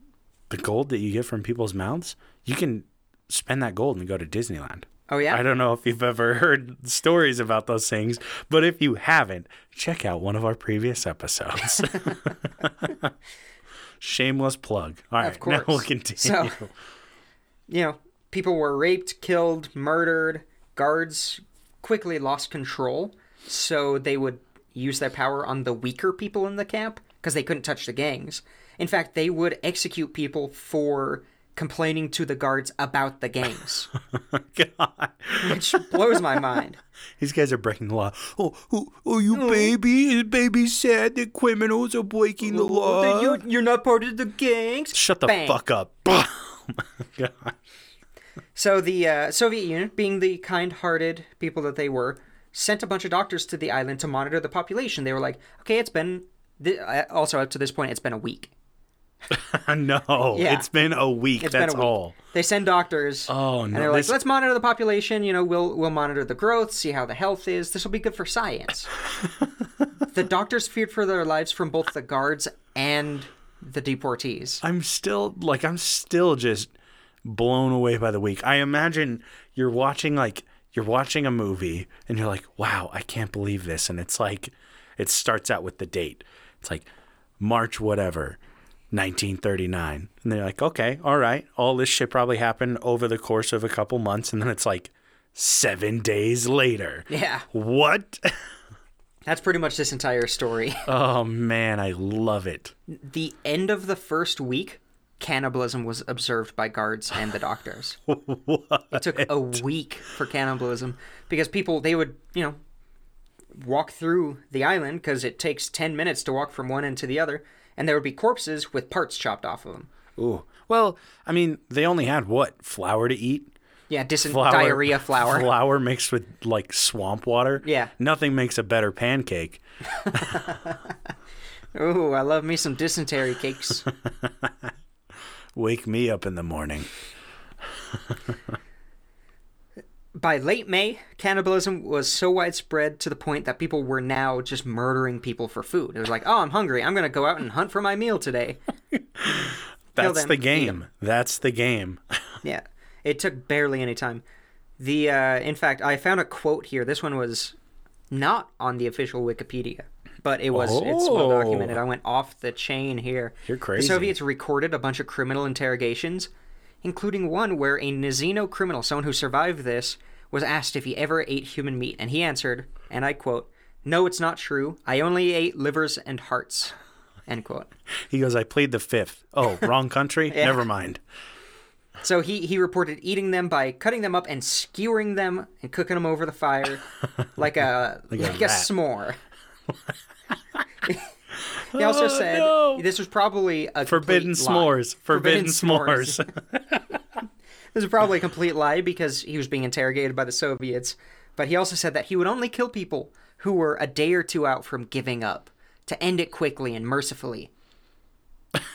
Speaker 1: the gold that you get from people's mouths. You can spend that gold and go to Disneyland.
Speaker 2: Oh yeah.
Speaker 1: I don't know if you've ever heard stories about those things, but if you haven't, check out one of our previous episodes. Shameless plug. All right, now we'll
Speaker 2: course.
Speaker 1: continue.
Speaker 2: So- you know, people were raped, killed, murdered. Guards quickly lost control, so they would use their power on the weaker people in the camp because they couldn't touch the gangs. In fact, they would execute people for complaining to the guards about the gangs,
Speaker 1: God,
Speaker 2: which blows my mind.
Speaker 1: these guys are breaking the law. Oh, oh, oh you baby, is baby sad that criminals are breaking the law?
Speaker 2: Oh, You, you're not part of the gangs.
Speaker 1: Uh? Shut the
Speaker 2: Bang.
Speaker 1: fuck up. oh my God.
Speaker 2: So the uh, Soviet Union, being the kind-hearted people that they were, sent a bunch of doctors to the island to monitor the population. They were like, "Okay, it's been th- uh, also up to this point, it's been a week.
Speaker 1: no,
Speaker 2: Yeah.
Speaker 1: it's been a week.
Speaker 2: It's
Speaker 1: that's
Speaker 2: been a week."
Speaker 1: all.
Speaker 2: They send doctors.
Speaker 1: Oh,
Speaker 2: and
Speaker 1: no,
Speaker 2: They're like,
Speaker 1: this-
Speaker 2: "Let's monitor the population. You know, we'll we'll monitor the growth, see how the health is. This will be good for science." the doctors feared for their lives from both the guards and the deportees.
Speaker 1: I'm still like I'm still just blown away by the week. I imagine you're watching like you're watching a movie and you're like, "Wow, I can't believe this." And it's like it starts out with the date. It's like March whatever, 1939. And they're like, "Okay, all right. All this shit probably happened over the course of a couple months." And then it's like 7 days later.
Speaker 2: Yeah,
Speaker 1: What?
Speaker 2: that's pretty much this entire story.
Speaker 1: Oh man, I love it.
Speaker 2: the end of the first week, cannibalism was observed by guards and the doctors. It took a week for cannibalism because people they would you know walk through the island because it takes ten minutes to walk from one end to the other, and there would be corpses with parts chopped off of them.
Speaker 1: Ooh. Well, I mean, they only had what? Flour to eat?
Speaker 2: Yeah, dysen-
Speaker 1: flour,
Speaker 2: diarrhea flour.
Speaker 1: flour mixed with like swamp water.
Speaker 2: Yeah.
Speaker 1: nothing makes a better pancake.
Speaker 2: Ooh, I love me some dysentery cakes.
Speaker 1: Wake me up in the morning.
Speaker 2: by late May, cannibalism was so widespread to the point that people were now just murdering people for food. It was like, oh, I'm hungry. I'm going to go out and hunt for my meal today.
Speaker 1: That's
Speaker 2: them,
Speaker 1: the
Speaker 2: eat
Speaker 1: game. That's the game.
Speaker 2: Yeah, it took barely any time. The uh, in fact, I found a quote here. This one was not on the official Wikipedia, but it was it's well documented.
Speaker 1: Oh.
Speaker 2: I went off the chain here.
Speaker 1: You're crazy.
Speaker 2: The Soviets recorded a bunch of criminal interrogations, including one where a Nizino criminal, someone who survived this, was asked if he ever ate human meat, and he answered, and I quote, "No, it's not true. I only ate livers and hearts." End quote.
Speaker 1: He goes, I plead the fifth. Oh, wrong country? Never mind.
Speaker 2: So he, he reported eating them by cutting them up and skewering them and cooking them over the fire like a like,
Speaker 1: a
Speaker 2: a,
Speaker 1: rat.
Speaker 2: s'more. he also
Speaker 1: Oh,
Speaker 2: said
Speaker 1: no.
Speaker 2: this was probably a
Speaker 1: Forbidden
Speaker 2: complete lie.
Speaker 1: s'mores. Forbidden, s'mores.
Speaker 2: This is probably a complete lie because he was being interrogated by the Soviets. But he also said that he would only kill people who were a day or two out from giving up to end it quickly and mercifully.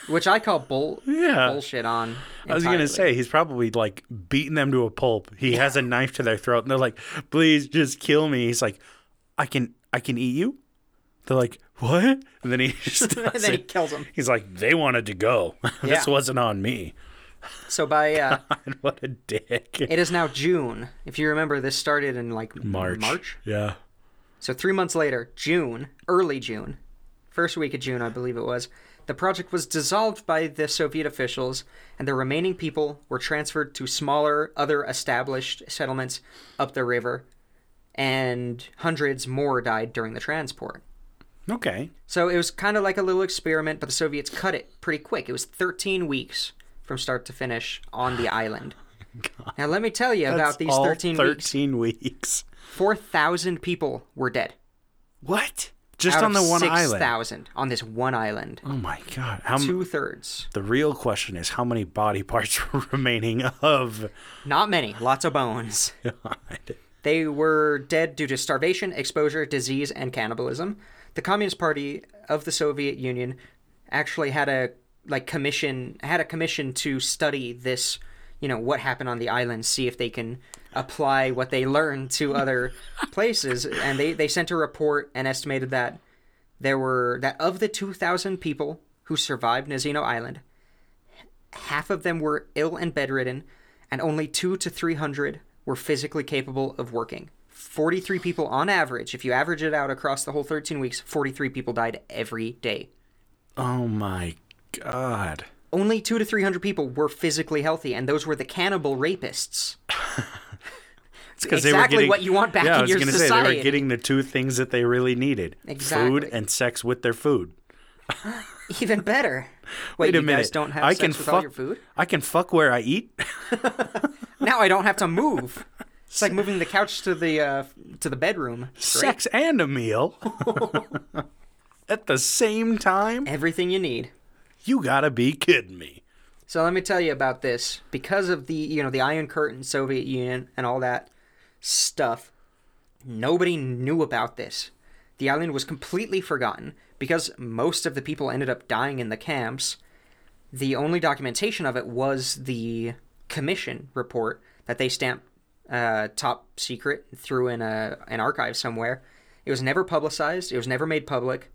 Speaker 2: Which I call bull
Speaker 1: Yeah.
Speaker 2: bullshit on.
Speaker 1: I was going to
Speaker 2: entirely.
Speaker 1: say, he's probably like beating them to a pulp. He has a knife to their throat and they're like, please just kill me. He's like, I can, I can eat you. They're like, what? And then he just does
Speaker 2: and then he
Speaker 1: it.
Speaker 2: kills him.
Speaker 1: He's like, they wanted to go. this
Speaker 2: Yeah.
Speaker 1: wasn't on me.
Speaker 2: So by uh,
Speaker 1: And what a dick.
Speaker 2: it is now June. If you remember, this started in like
Speaker 1: March.
Speaker 2: March.
Speaker 1: Yeah.
Speaker 2: So three months later, June, early June, first week of June, I believe it was. The project was dissolved by the Soviet officials, and the remaining people were transferred to smaller, other established settlements up the river, and hundreds more died during the transport.
Speaker 1: Okay.
Speaker 2: So it was kind of like a little experiment, but the Soviets cut it pretty quick. It was 13 weeks from start to finish on the island. Now, let me tell you
Speaker 1: That's
Speaker 2: about these
Speaker 1: all
Speaker 2: 13, weeks.
Speaker 1: 13 weeks.
Speaker 2: 4,000 people were dead.
Speaker 1: What? Just
Speaker 2: out
Speaker 1: on the
Speaker 2: of
Speaker 1: one island.
Speaker 2: 6,000 on this one island.
Speaker 1: Oh my god! How m-
Speaker 2: Two thirds.
Speaker 1: the real question is how many body parts were remaining of?
Speaker 2: Not many. Lots of bones.
Speaker 1: God.
Speaker 2: They were dead due to starvation, exposure, disease, and cannibalism. The Communist Party of the Soviet Union actually had a like commission had a commission to study this, you know, what happened on the island, see if they can apply what they learned to other places. And they, they sent a report and estimated that there were that of the two thousand people who survived Nazino Island, half of them were ill and bedridden, and only two to 300 were physically capable of working. 43 people on average, if you average it out across the whole 13 weeks, 43 people died every day.
Speaker 1: Oh my god!
Speaker 2: Only two to 300 people were physically healthy, and those were the cannibal rapists.
Speaker 1: It's because
Speaker 2: Exactly what you want back
Speaker 1: yeah,
Speaker 2: in
Speaker 1: I was
Speaker 2: your
Speaker 1: gonna say they
Speaker 2: society.
Speaker 1: were getting the two things that they really needed: food
Speaker 2: Exactly.
Speaker 1: and sex with their food.
Speaker 2: Even better. Wait,
Speaker 1: Wait a
Speaker 2: you
Speaker 1: minute!
Speaker 2: guys don't have
Speaker 1: I
Speaker 2: sex
Speaker 1: can
Speaker 2: with
Speaker 1: fuck.
Speaker 2: all your food?
Speaker 1: I can fuck where I eat.
Speaker 2: Now I don't have to move. It's like moving the couch to the uh, to the bedroom. Great.
Speaker 1: Sex and a meal at the same time.
Speaker 2: Everything you need.
Speaker 1: You gotta be kidding me!
Speaker 2: So let me tell you about this because of the you know the Iron Curtain, Soviet Union, and all that stuff. Nobody knew about this. The island was completely forgotten because most of the people ended up dying in the camps. The only documentation of it was the commission report that they stamped uh, top secret and threw in a, an archive somewhere. It was never publicized. It was never made public.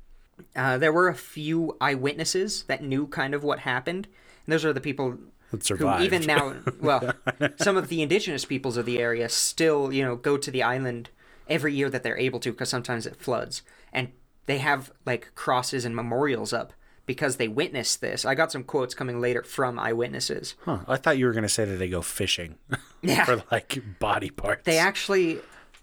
Speaker 2: Uh, there were a few eyewitnesses that knew kind of what happened. And those are the people who
Speaker 1: survived.
Speaker 2: even now, well, some of the indigenous peoples of the area still, you know, go to the island every year that they're able to because sometimes it floods. And they have like crosses and memorials up because they witnessed this. I got some quotes coming later from eyewitnesses.
Speaker 1: Huh, I thought you were gonna say that they go fishing
Speaker 2: Yeah.
Speaker 1: for like body parts.
Speaker 2: They actually,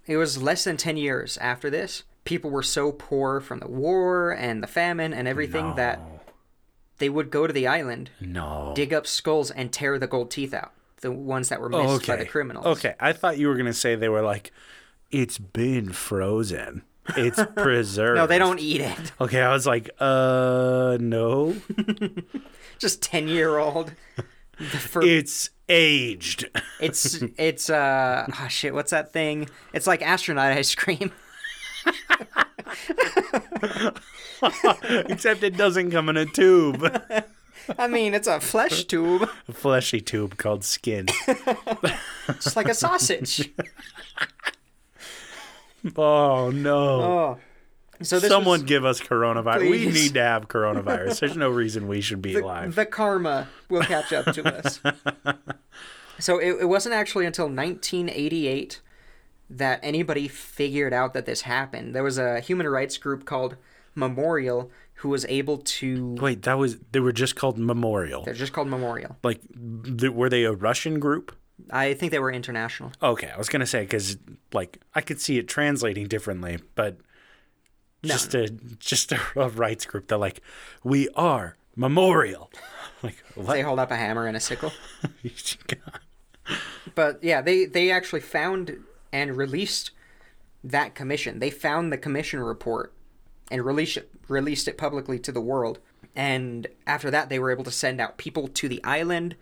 Speaker 2: it was less than 10 years after this. People were so poor from the war and the famine and everything that they would go to the island,
Speaker 1: no.
Speaker 2: dig up skulls, and tear the gold teeth out. The ones that were missed by the criminals.
Speaker 1: Okay, I thought you were gonna say they were like, it's been frozen, it's preserved.
Speaker 2: No, they don't eat it.
Speaker 1: Okay, I was like, uh, no,
Speaker 2: Just 10 year old. The fir-
Speaker 1: it's aged.
Speaker 2: it's, it's, uh, oh shit, what's that thing? It's like astronaut ice cream.
Speaker 1: Except it doesn't come in a tube,
Speaker 2: I mean, it's a flesh tube.
Speaker 1: a fleshy tube called skin.
Speaker 2: It's like a sausage.
Speaker 1: Oh no.
Speaker 2: Oh. So this
Speaker 1: Someone
Speaker 2: was
Speaker 1: give us coronavirus. We
Speaker 2: Please.
Speaker 1: need to have coronavirus. There's no reason we should be
Speaker 2: the,
Speaker 1: alive.
Speaker 2: the karma will catch up to us. so it, it wasn't actually until 1988 that anybody figured out that this happened. There was a human rights group called Memorial who was able to.
Speaker 1: Wait, that was they were just called Memorial.
Speaker 2: They're just called Memorial.
Speaker 1: Like, th- were they a Russian group?
Speaker 2: I think they were international.
Speaker 1: Okay, I was gonna say because like I could see it translating differently, but just a just a, a rights group that like we are memorial. like what?
Speaker 2: They hold up a hammer and a sickle.
Speaker 1: God.
Speaker 2: But yeah, they they actually found and released that commission. They found the commission report and released it, released it publicly to the world. And after that, they were able to send out people to the island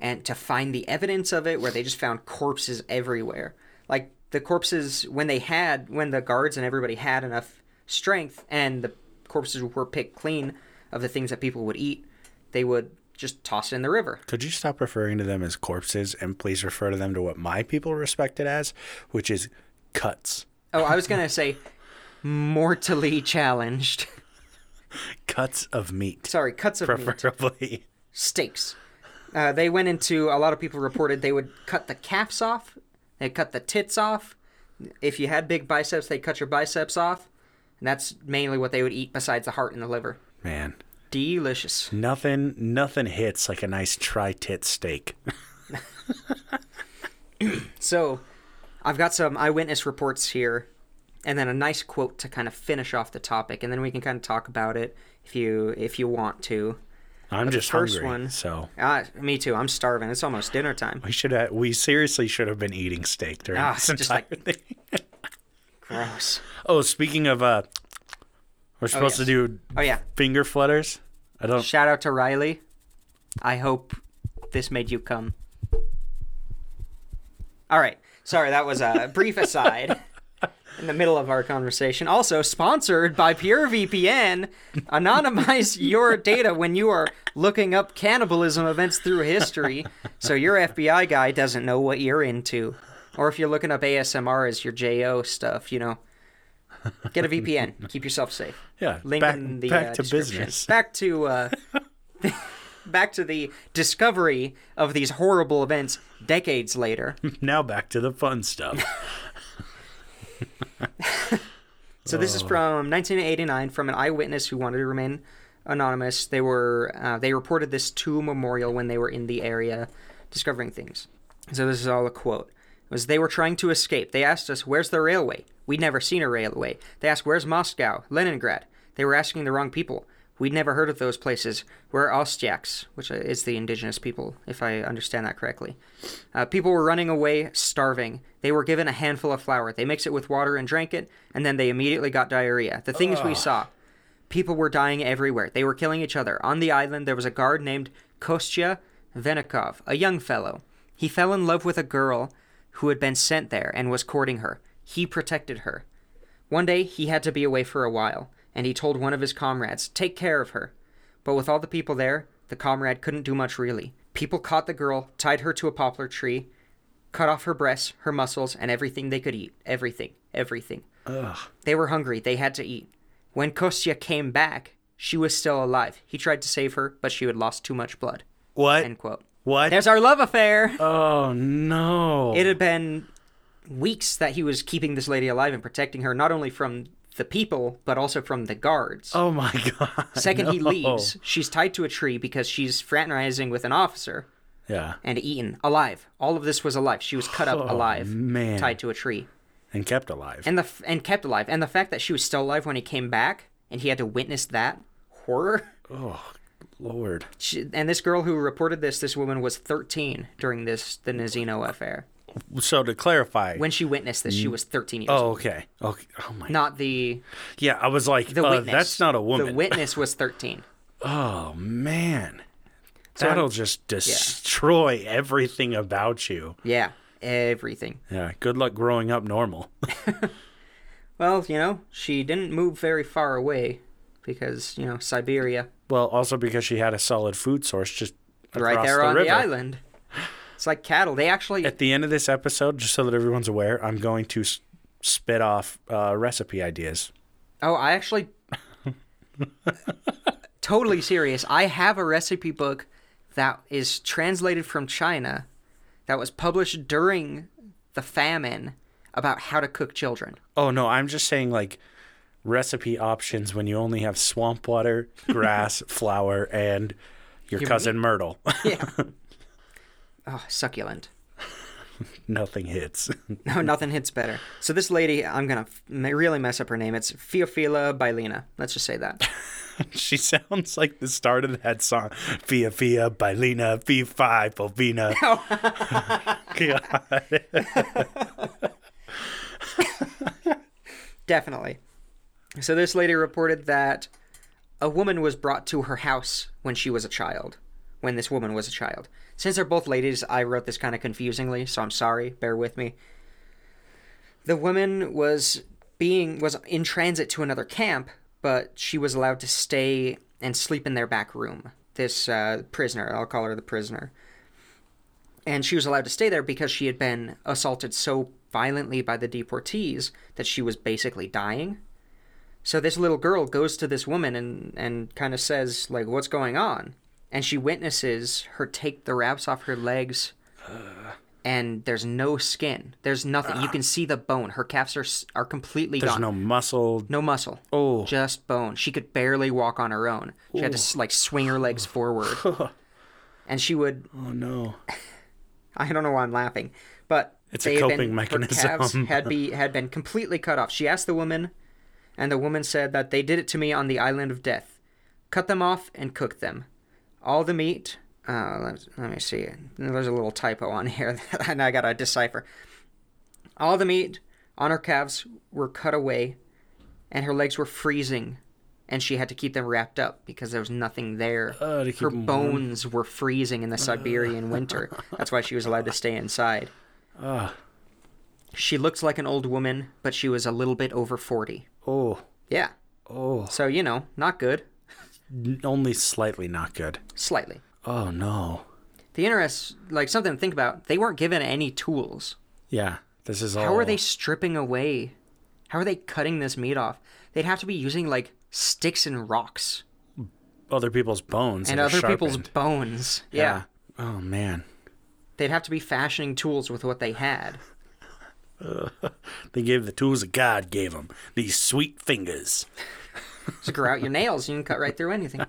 Speaker 2: and to find the evidence of it, where they just found corpses everywhere. Like the corpses when they had when the guards and everybody had enough strength and the corpses were picked clean of the things that people would eat, they would just toss it in the river.
Speaker 1: Could you stop referring to them as corpses and please refer to them to what my people respect it as, which is cuts.
Speaker 2: Oh, I was gonna say mortally challenged.
Speaker 1: Cuts of meat,
Speaker 2: Sorry, cuts of meat,
Speaker 1: preferably.
Speaker 2: steaks. Uh, they went into a lot of people reported they would cut the caps off, they cut the tits off. If you had big biceps, they cut your biceps off, and that's mainly what they would eat besides the heart and the liver.
Speaker 1: Man,
Speaker 2: Delicious.
Speaker 1: nothing nothing hits like a nice tri-tit steak.
Speaker 2: So, I've got some eyewitness reports here, and then a nice quote to kind of finish off the topic, and then we can kind of talk about it if you if you want to.
Speaker 1: I'm just
Speaker 2: first
Speaker 1: hungry,
Speaker 2: one-
Speaker 1: so
Speaker 2: Ah, me too. I'm starving. It's almost dinner time.
Speaker 1: we should have, we seriously should have been eating steak during
Speaker 2: Ah,
Speaker 1: this
Speaker 2: it's just
Speaker 1: entire
Speaker 2: like-
Speaker 1: thing.
Speaker 2: Gross.
Speaker 1: Oh, speaking of, uh, we're supposed
Speaker 2: yes.
Speaker 1: to do
Speaker 2: Oh yeah.
Speaker 1: finger flutters. I don't.
Speaker 2: Shout out to Riley. I hope this made you come. All right. Sorry, that was a brief aside in the middle of our conversation. Also sponsored by PureVPN. Anonymize your data when you are looking up cannibalism events through history so your FBI guy doesn't know what you're into. Or if you're looking up ASMR as your JO stuff, you know. Get a VPN. Keep yourself safe
Speaker 1: Yeah.
Speaker 2: link
Speaker 1: back
Speaker 2: in the
Speaker 1: back
Speaker 2: uh,
Speaker 1: to
Speaker 2: description.
Speaker 1: business.
Speaker 2: Back to uh, back to the discovery of these horrible events decades later.
Speaker 1: Now back to the fun stuff.
Speaker 2: So this is
Speaker 1: Oh.
Speaker 2: from 1989 from an eyewitness who wanted to remain anonymous. They were uh, they reported this to Memorial when they were in the area discovering things. So this is all a quote. It was they were trying to escape. They asked us, "Where's the railway?" We'd never seen a railway. They asked, "Where's Moscow? Leningrad?" They were asking the wrong people. We'd never heard of those places. We're Ostyaks, which is the indigenous people, if I understand that correctly. Uh, people were running away, starving. They were given a handful of flour. They mixed it with water and drank it, and then they immediately got diarrhea. The things we saw. People were dying everywhere. They were killing each other. On the island, there was a guard named Kostya Venikov, a young fellow. He fell in love with a girl who had been sent there and was courting her. He protected her. One day, he had to be away for a while, and he told one of his comrades, Take care of her. But with all the people there, the comrade couldn't do much really. People caught the girl, tied her to a poplar tree, cut off her breasts, her muscles, and everything they could eat. Everything. Everything.
Speaker 1: Ugh.
Speaker 2: They were hungry. They had to eat. When Kostya came back, she was still alive. He tried to save her, but she had lost too much blood.
Speaker 1: What?
Speaker 2: End quote.
Speaker 1: What?
Speaker 2: There's our love affair.
Speaker 1: oh no.
Speaker 2: It had been weeks that he was keeping this lady alive and protecting her, not only from the people, but also from the guards.
Speaker 1: oh my god.
Speaker 2: Second, he
Speaker 1: no.
Speaker 2: leaves. She's tied to a tree because she's fraternizing with an officer
Speaker 1: Yeah.
Speaker 2: and eaten alive. All of this was alive. She was cut up alive,
Speaker 1: Oh, man.
Speaker 2: tied to a tree,
Speaker 1: And kept alive.
Speaker 2: and the f- and kept alive. And the fact that she was still alive when he came back, and he had to witness that horror.
Speaker 1: oh lord.
Speaker 2: She, and this girl who reported this, this woman was 13 during this the Nazino affair.
Speaker 1: So to clarify.
Speaker 2: When she witnessed this, she was 13 years
Speaker 1: oh
Speaker 2: old.
Speaker 1: okay. Okay. Oh my.
Speaker 2: Not the
Speaker 1: Yeah, I was like,
Speaker 2: the
Speaker 1: uh,
Speaker 2: witness.
Speaker 1: that's not a woman.
Speaker 2: The witness was 13.
Speaker 1: Oh man.
Speaker 2: So
Speaker 1: That'll
Speaker 2: I'm-
Speaker 1: just destroy everything about you.
Speaker 2: Yeah, everything.
Speaker 1: Yeah. Good luck growing up normal.
Speaker 2: Well, you know, she didn't move very far away because, you know, Siberia.
Speaker 1: well, also because she had a solid food source just
Speaker 2: right
Speaker 1: across
Speaker 2: there
Speaker 1: the
Speaker 2: on
Speaker 1: river.
Speaker 2: the island. It's like cattle. They actually
Speaker 1: At the end of this episode, just so that everyone's aware, I'm going to s- spit off uh, recipe ideas.
Speaker 2: Oh, I actually totally serious. I have a recipe book that is translated from China that was published during the famine about how to cook children.
Speaker 1: Oh no, I'm just saying like recipe options when you only have swamp water, grass, flour, and your
Speaker 2: Your
Speaker 1: cousin Myrtle.
Speaker 2: Yeah. oh, succulent.
Speaker 1: Nothing hits.
Speaker 2: No, nothing hits better. So this lady, I'm gonna f- ma- really mess up her name. It's Fiofila Bailina. Let's just say that.
Speaker 1: she sounds like the start of that song. Fia Fia Bailina Fia Fi Fovina. God.
Speaker 2: Definitely. So this lady reported that a woman was brought to her house when she was a child. When this woman was a child. Since they're both ladies, I wrote this kind of confusingly, so I'm sorry. Bear with me. The woman was being was in transit to another camp, but she was allowed to stay and sleep in their back room. This uh, prisoner, I'll call her the prisoner. and she was allowed to stay there because she had been assaulted so violently by the deportees that she was basically dying. So this little girl goes to this woman and and kind of says like what's going on? And she witnesses her take the wraps off her legs and there's no skin. There's nothing. You can see the bone. Her calves are s- are completely
Speaker 1: Ah. There's
Speaker 2: gone.
Speaker 1: no muscle.
Speaker 2: No muscle.
Speaker 1: Oh.
Speaker 2: Just bone. She could barely walk on her own. She had to s- like swing her legs forward. and she would
Speaker 1: Oh no.
Speaker 2: I don't know why I'm laughing, but
Speaker 1: It's a
Speaker 2: had
Speaker 1: coping mechanism.
Speaker 2: Her calves had be had been completely cut off. She asked the woman, and the woman said that they did it to me on the island of death. Cut them off and cooked them. All the meat. Uh, let, let me see. There's a little typo on here that I gotta decipher. All the meat on her calves were cut away, and her legs were freezing, and she had to keep them wrapped up because there was nothing there.
Speaker 1: Uh, to keep
Speaker 2: her
Speaker 1: 'em warm.
Speaker 2: bones were freezing in the Siberian winter. That's why she was allowed to stay inside.
Speaker 1: Ah.
Speaker 2: She looked like an old woman, but she was a little bit over 40.
Speaker 1: Oh.
Speaker 2: Yeah.
Speaker 1: Oh.
Speaker 2: So, you know, not good.
Speaker 1: N- Only slightly not good.
Speaker 2: Slightly.
Speaker 1: Oh no.
Speaker 2: The interest, like something to think about, they weren't given any tools.
Speaker 1: Yeah. This is all
Speaker 2: How are they stripping away? How are they cutting this meat off? They'd have to be using like sticks and rocks
Speaker 1: other people's bones
Speaker 2: and
Speaker 1: that are
Speaker 2: other people's
Speaker 1: sharpened.
Speaker 2: bones. yeah.
Speaker 1: Oh man.
Speaker 2: They'd have to be fashioning tools with what they had.
Speaker 1: They gave the tools that God gave them. These sweet fingers.
Speaker 2: So grow out your nails, you can cut right through anything.
Speaker 1: Well,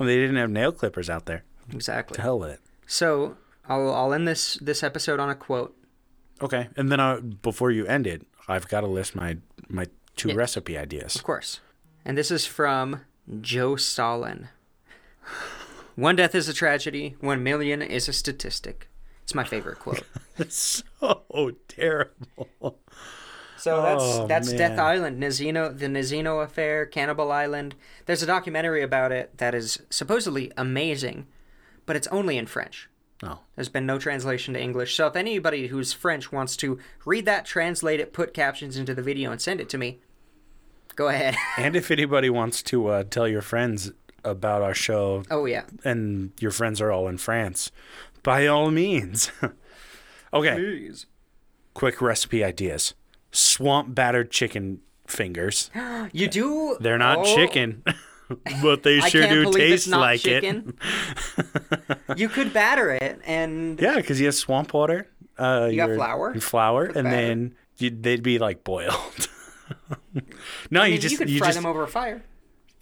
Speaker 1: Oh, they didn't have nail clippers out there.
Speaker 2: Exactly.
Speaker 1: Hell with it.
Speaker 2: So I'll, I'll end this this episode on a quote.
Speaker 1: Okay, and then I, before you end it, I've got to list my my two recipe ideas.
Speaker 2: Of course. And this is from Joe Stalin. One death is a tragedy, one million is a statistic. It's my favorite quote.
Speaker 1: It's so terrible.
Speaker 2: So that's
Speaker 1: Oh,
Speaker 2: that's Death
Speaker 1: man.
Speaker 2: Island, Nizino, the Nizino affair, Cannibal Island. There's a documentary about it that is supposedly amazing, but it's only in French.
Speaker 1: Oh,
Speaker 2: There's been no translation to English. So if anybody who's French wants to read that, translate it, put captions into the video, and send it to me, go ahead.
Speaker 1: and if anybody wants to uh, tell your friends about our show,
Speaker 2: oh yeah,
Speaker 1: and your friends are all in France, by all means. okay,
Speaker 2: please.
Speaker 1: quick recipe ideas: swamp battered chicken fingers.
Speaker 2: You do.
Speaker 1: They're not
Speaker 2: Oh,
Speaker 1: chicken, but they
Speaker 2: I
Speaker 1: sure
Speaker 2: can't
Speaker 1: do
Speaker 2: believe it's
Speaker 1: taste
Speaker 2: not
Speaker 1: like it.
Speaker 2: chicken. you could batter it, and
Speaker 1: Yeah, because you have swamp water. Uh,
Speaker 2: got
Speaker 1: your-
Speaker 2: flour
Speaker 1: your flour,
Speaker 2: the
Speaker 1: and
Speaker 2: batter.
Speaker 1: then you, they'd be like boiled. no,
Speaker 2: I mean,
Speaker 1: you just you,
Speaker 2: could fry
Speaker 1: just
Speaker 2: them over a fire.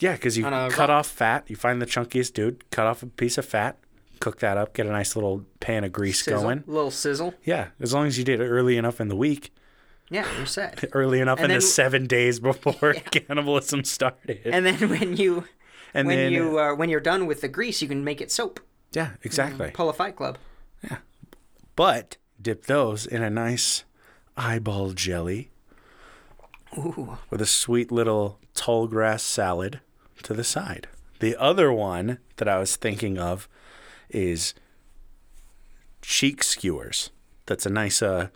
Speaker 1: yeah, because you
Speaker 2: on a
Speaker 1: cut
Speaker 2: rock.
Speaker 1: off fat. You find the chunkiest dude, cut off a piece of fat, cook that up, get a nice little pan of grease
Speaker 2: Sizzle,
Speaker 1: going.
Speaker 2: little sizzle.
Speaker 1: Yeah, as long as you did it early enough in the week,
Speaker 2: Yeah, you're set.
Speaker 1: early enough
Speaker 2: And
Speaker 1: in the
Speaker 2: then-
Speaker 1: seven days before cannibalism started, and,
Speaker 2: and then when you when
Speaker 1: then
Speaker 2: you uh, when you're done with the grease, you can make it soap.
Speaker 1: yeah, exactly.
Speaker 2: Pull a Fight Club.
Speaker 1: But dip those in a nice eyeball jelly
Speaker 2: Ooh,
Speaker 1: with a sweet little tall grass salad to the side. The other one that I was thinking of is cheek skewers. That's a nice, uh,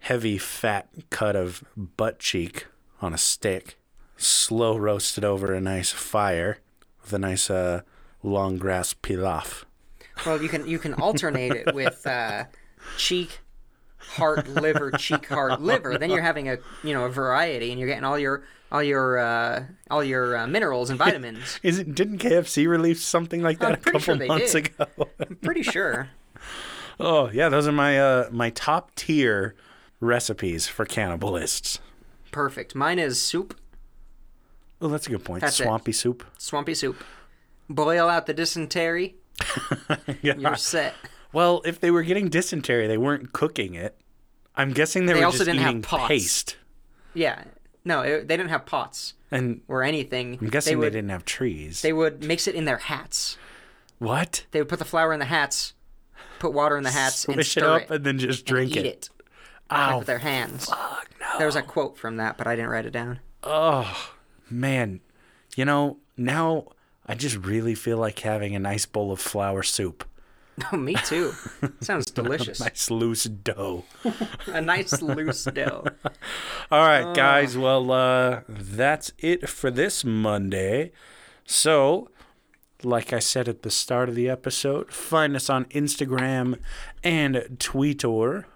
Speaker 1: heavy, fat cut of butt cheek on a stick, slow roasted over a nice fire with a nice, uh, long grass pilaf.
Speaker 2: Well, you can you can alternate it with uh, cheek, heart liver cheek heart liver then you're having a you know a variety and you're getting all your all your uh, all your uh, minerals and vitamins
Speaker 1: Is it, didn't KFC release something like
Speaker 2: I'm
Speaker 1: that a
Speaker 2: pretty
Speaker 1: couple
Speaker 2: sure they
Speaker 1: months
Speaker 2: did.
Speaker 1: ago?
Speaker 2: i'm pretty sure
Speaker 1: oh yeah, those are my uh, my top tier recipes for cannibalists.
Speaker 2: perfect mine is soup
Speaker 1: Oh, that's a good point.
Speaker 2: That's it.
Speaker 1: Swampy soup.
Speaker 2: swampy soup boil out the dysentery
Speaker 1: Yeah.
Speaker 2: you're set
Speaker 1: Well, if they were getting dysentery, they weren't cooking it. I'm guessing they, were
Speaker 2: also
Speaker 1: just
Speaker 2: didn't have
Speaker 1: eating
Speaker 2: pots.
Speaker 1: paste.
Speaker 2: yeah no it, they didn't have pots
Speaker 1: And
Speaker 2: or anything
Speaker 1: I'm guessing they,
Speaker 2: would
Speaker 1: didn't have trees.
Speaker 2: they would mix it in their hats
Speaker 1: what?
Speaker 2: they would put the flour in the hats put water in the hats and
Speaker 1: Swish it
Speaker 2: stir
Speaker 1: up
Speaker 2: it,
Speaker 1: and then just
Speaker 2: and
Speaker 1: drink
Speaker 2: eat
Speaker 1: it.
Speaker 2: it like
Speaker 1: Ow,
Speaker 2: with their hands
Speaker 1: fuck no.
Speaker 2: there was a quote from that but i didn't write it down
Speaker 1: Oh, man. You know, now I just really feel like having a nice bowl of flour soup.
Speaker 2: Oh, me too. Sounds delicious.
Speaker 1: Nice loose dough.
Speaker 2: A nice loose dough.
Speaker 1: All right, guys. Well, uh, that's it for this Monday. So, like I said at the start of the episode, find us on Instagram and Twitter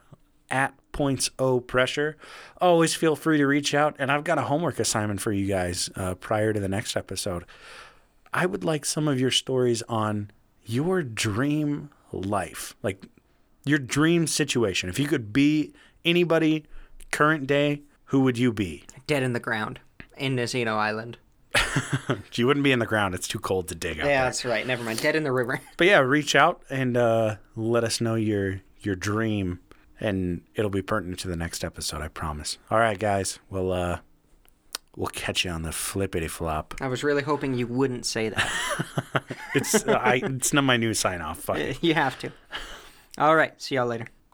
Speaker 1: at points o pressure always feel free to reach out and i've got a homework assignment for you guys uh, prior to the next episode i would like some of your stories on your dream life like your dream situation if you could be anybody current day who would you be
Speaker 2: Dead in the ground in Nazino Island.
Speaker 1: you wouldn't be in the ground it's too cold to dig up
Speaker 2: Yeah, that's right. Never mind. Dead in the river.
Speaker 1: but yeah, reach out and uh, let us know your your dream, and it'll be pertinent to the next episode. I promise. All right, guys. Well, uh, we'll catch you on the flippity flop.
Speaker 2: I was really hoping you wouldn't say that.
Speaker 1: It's I, it's not my new sign off. Fuck. it.
Speaker 2: you have to. All right. See y'all later.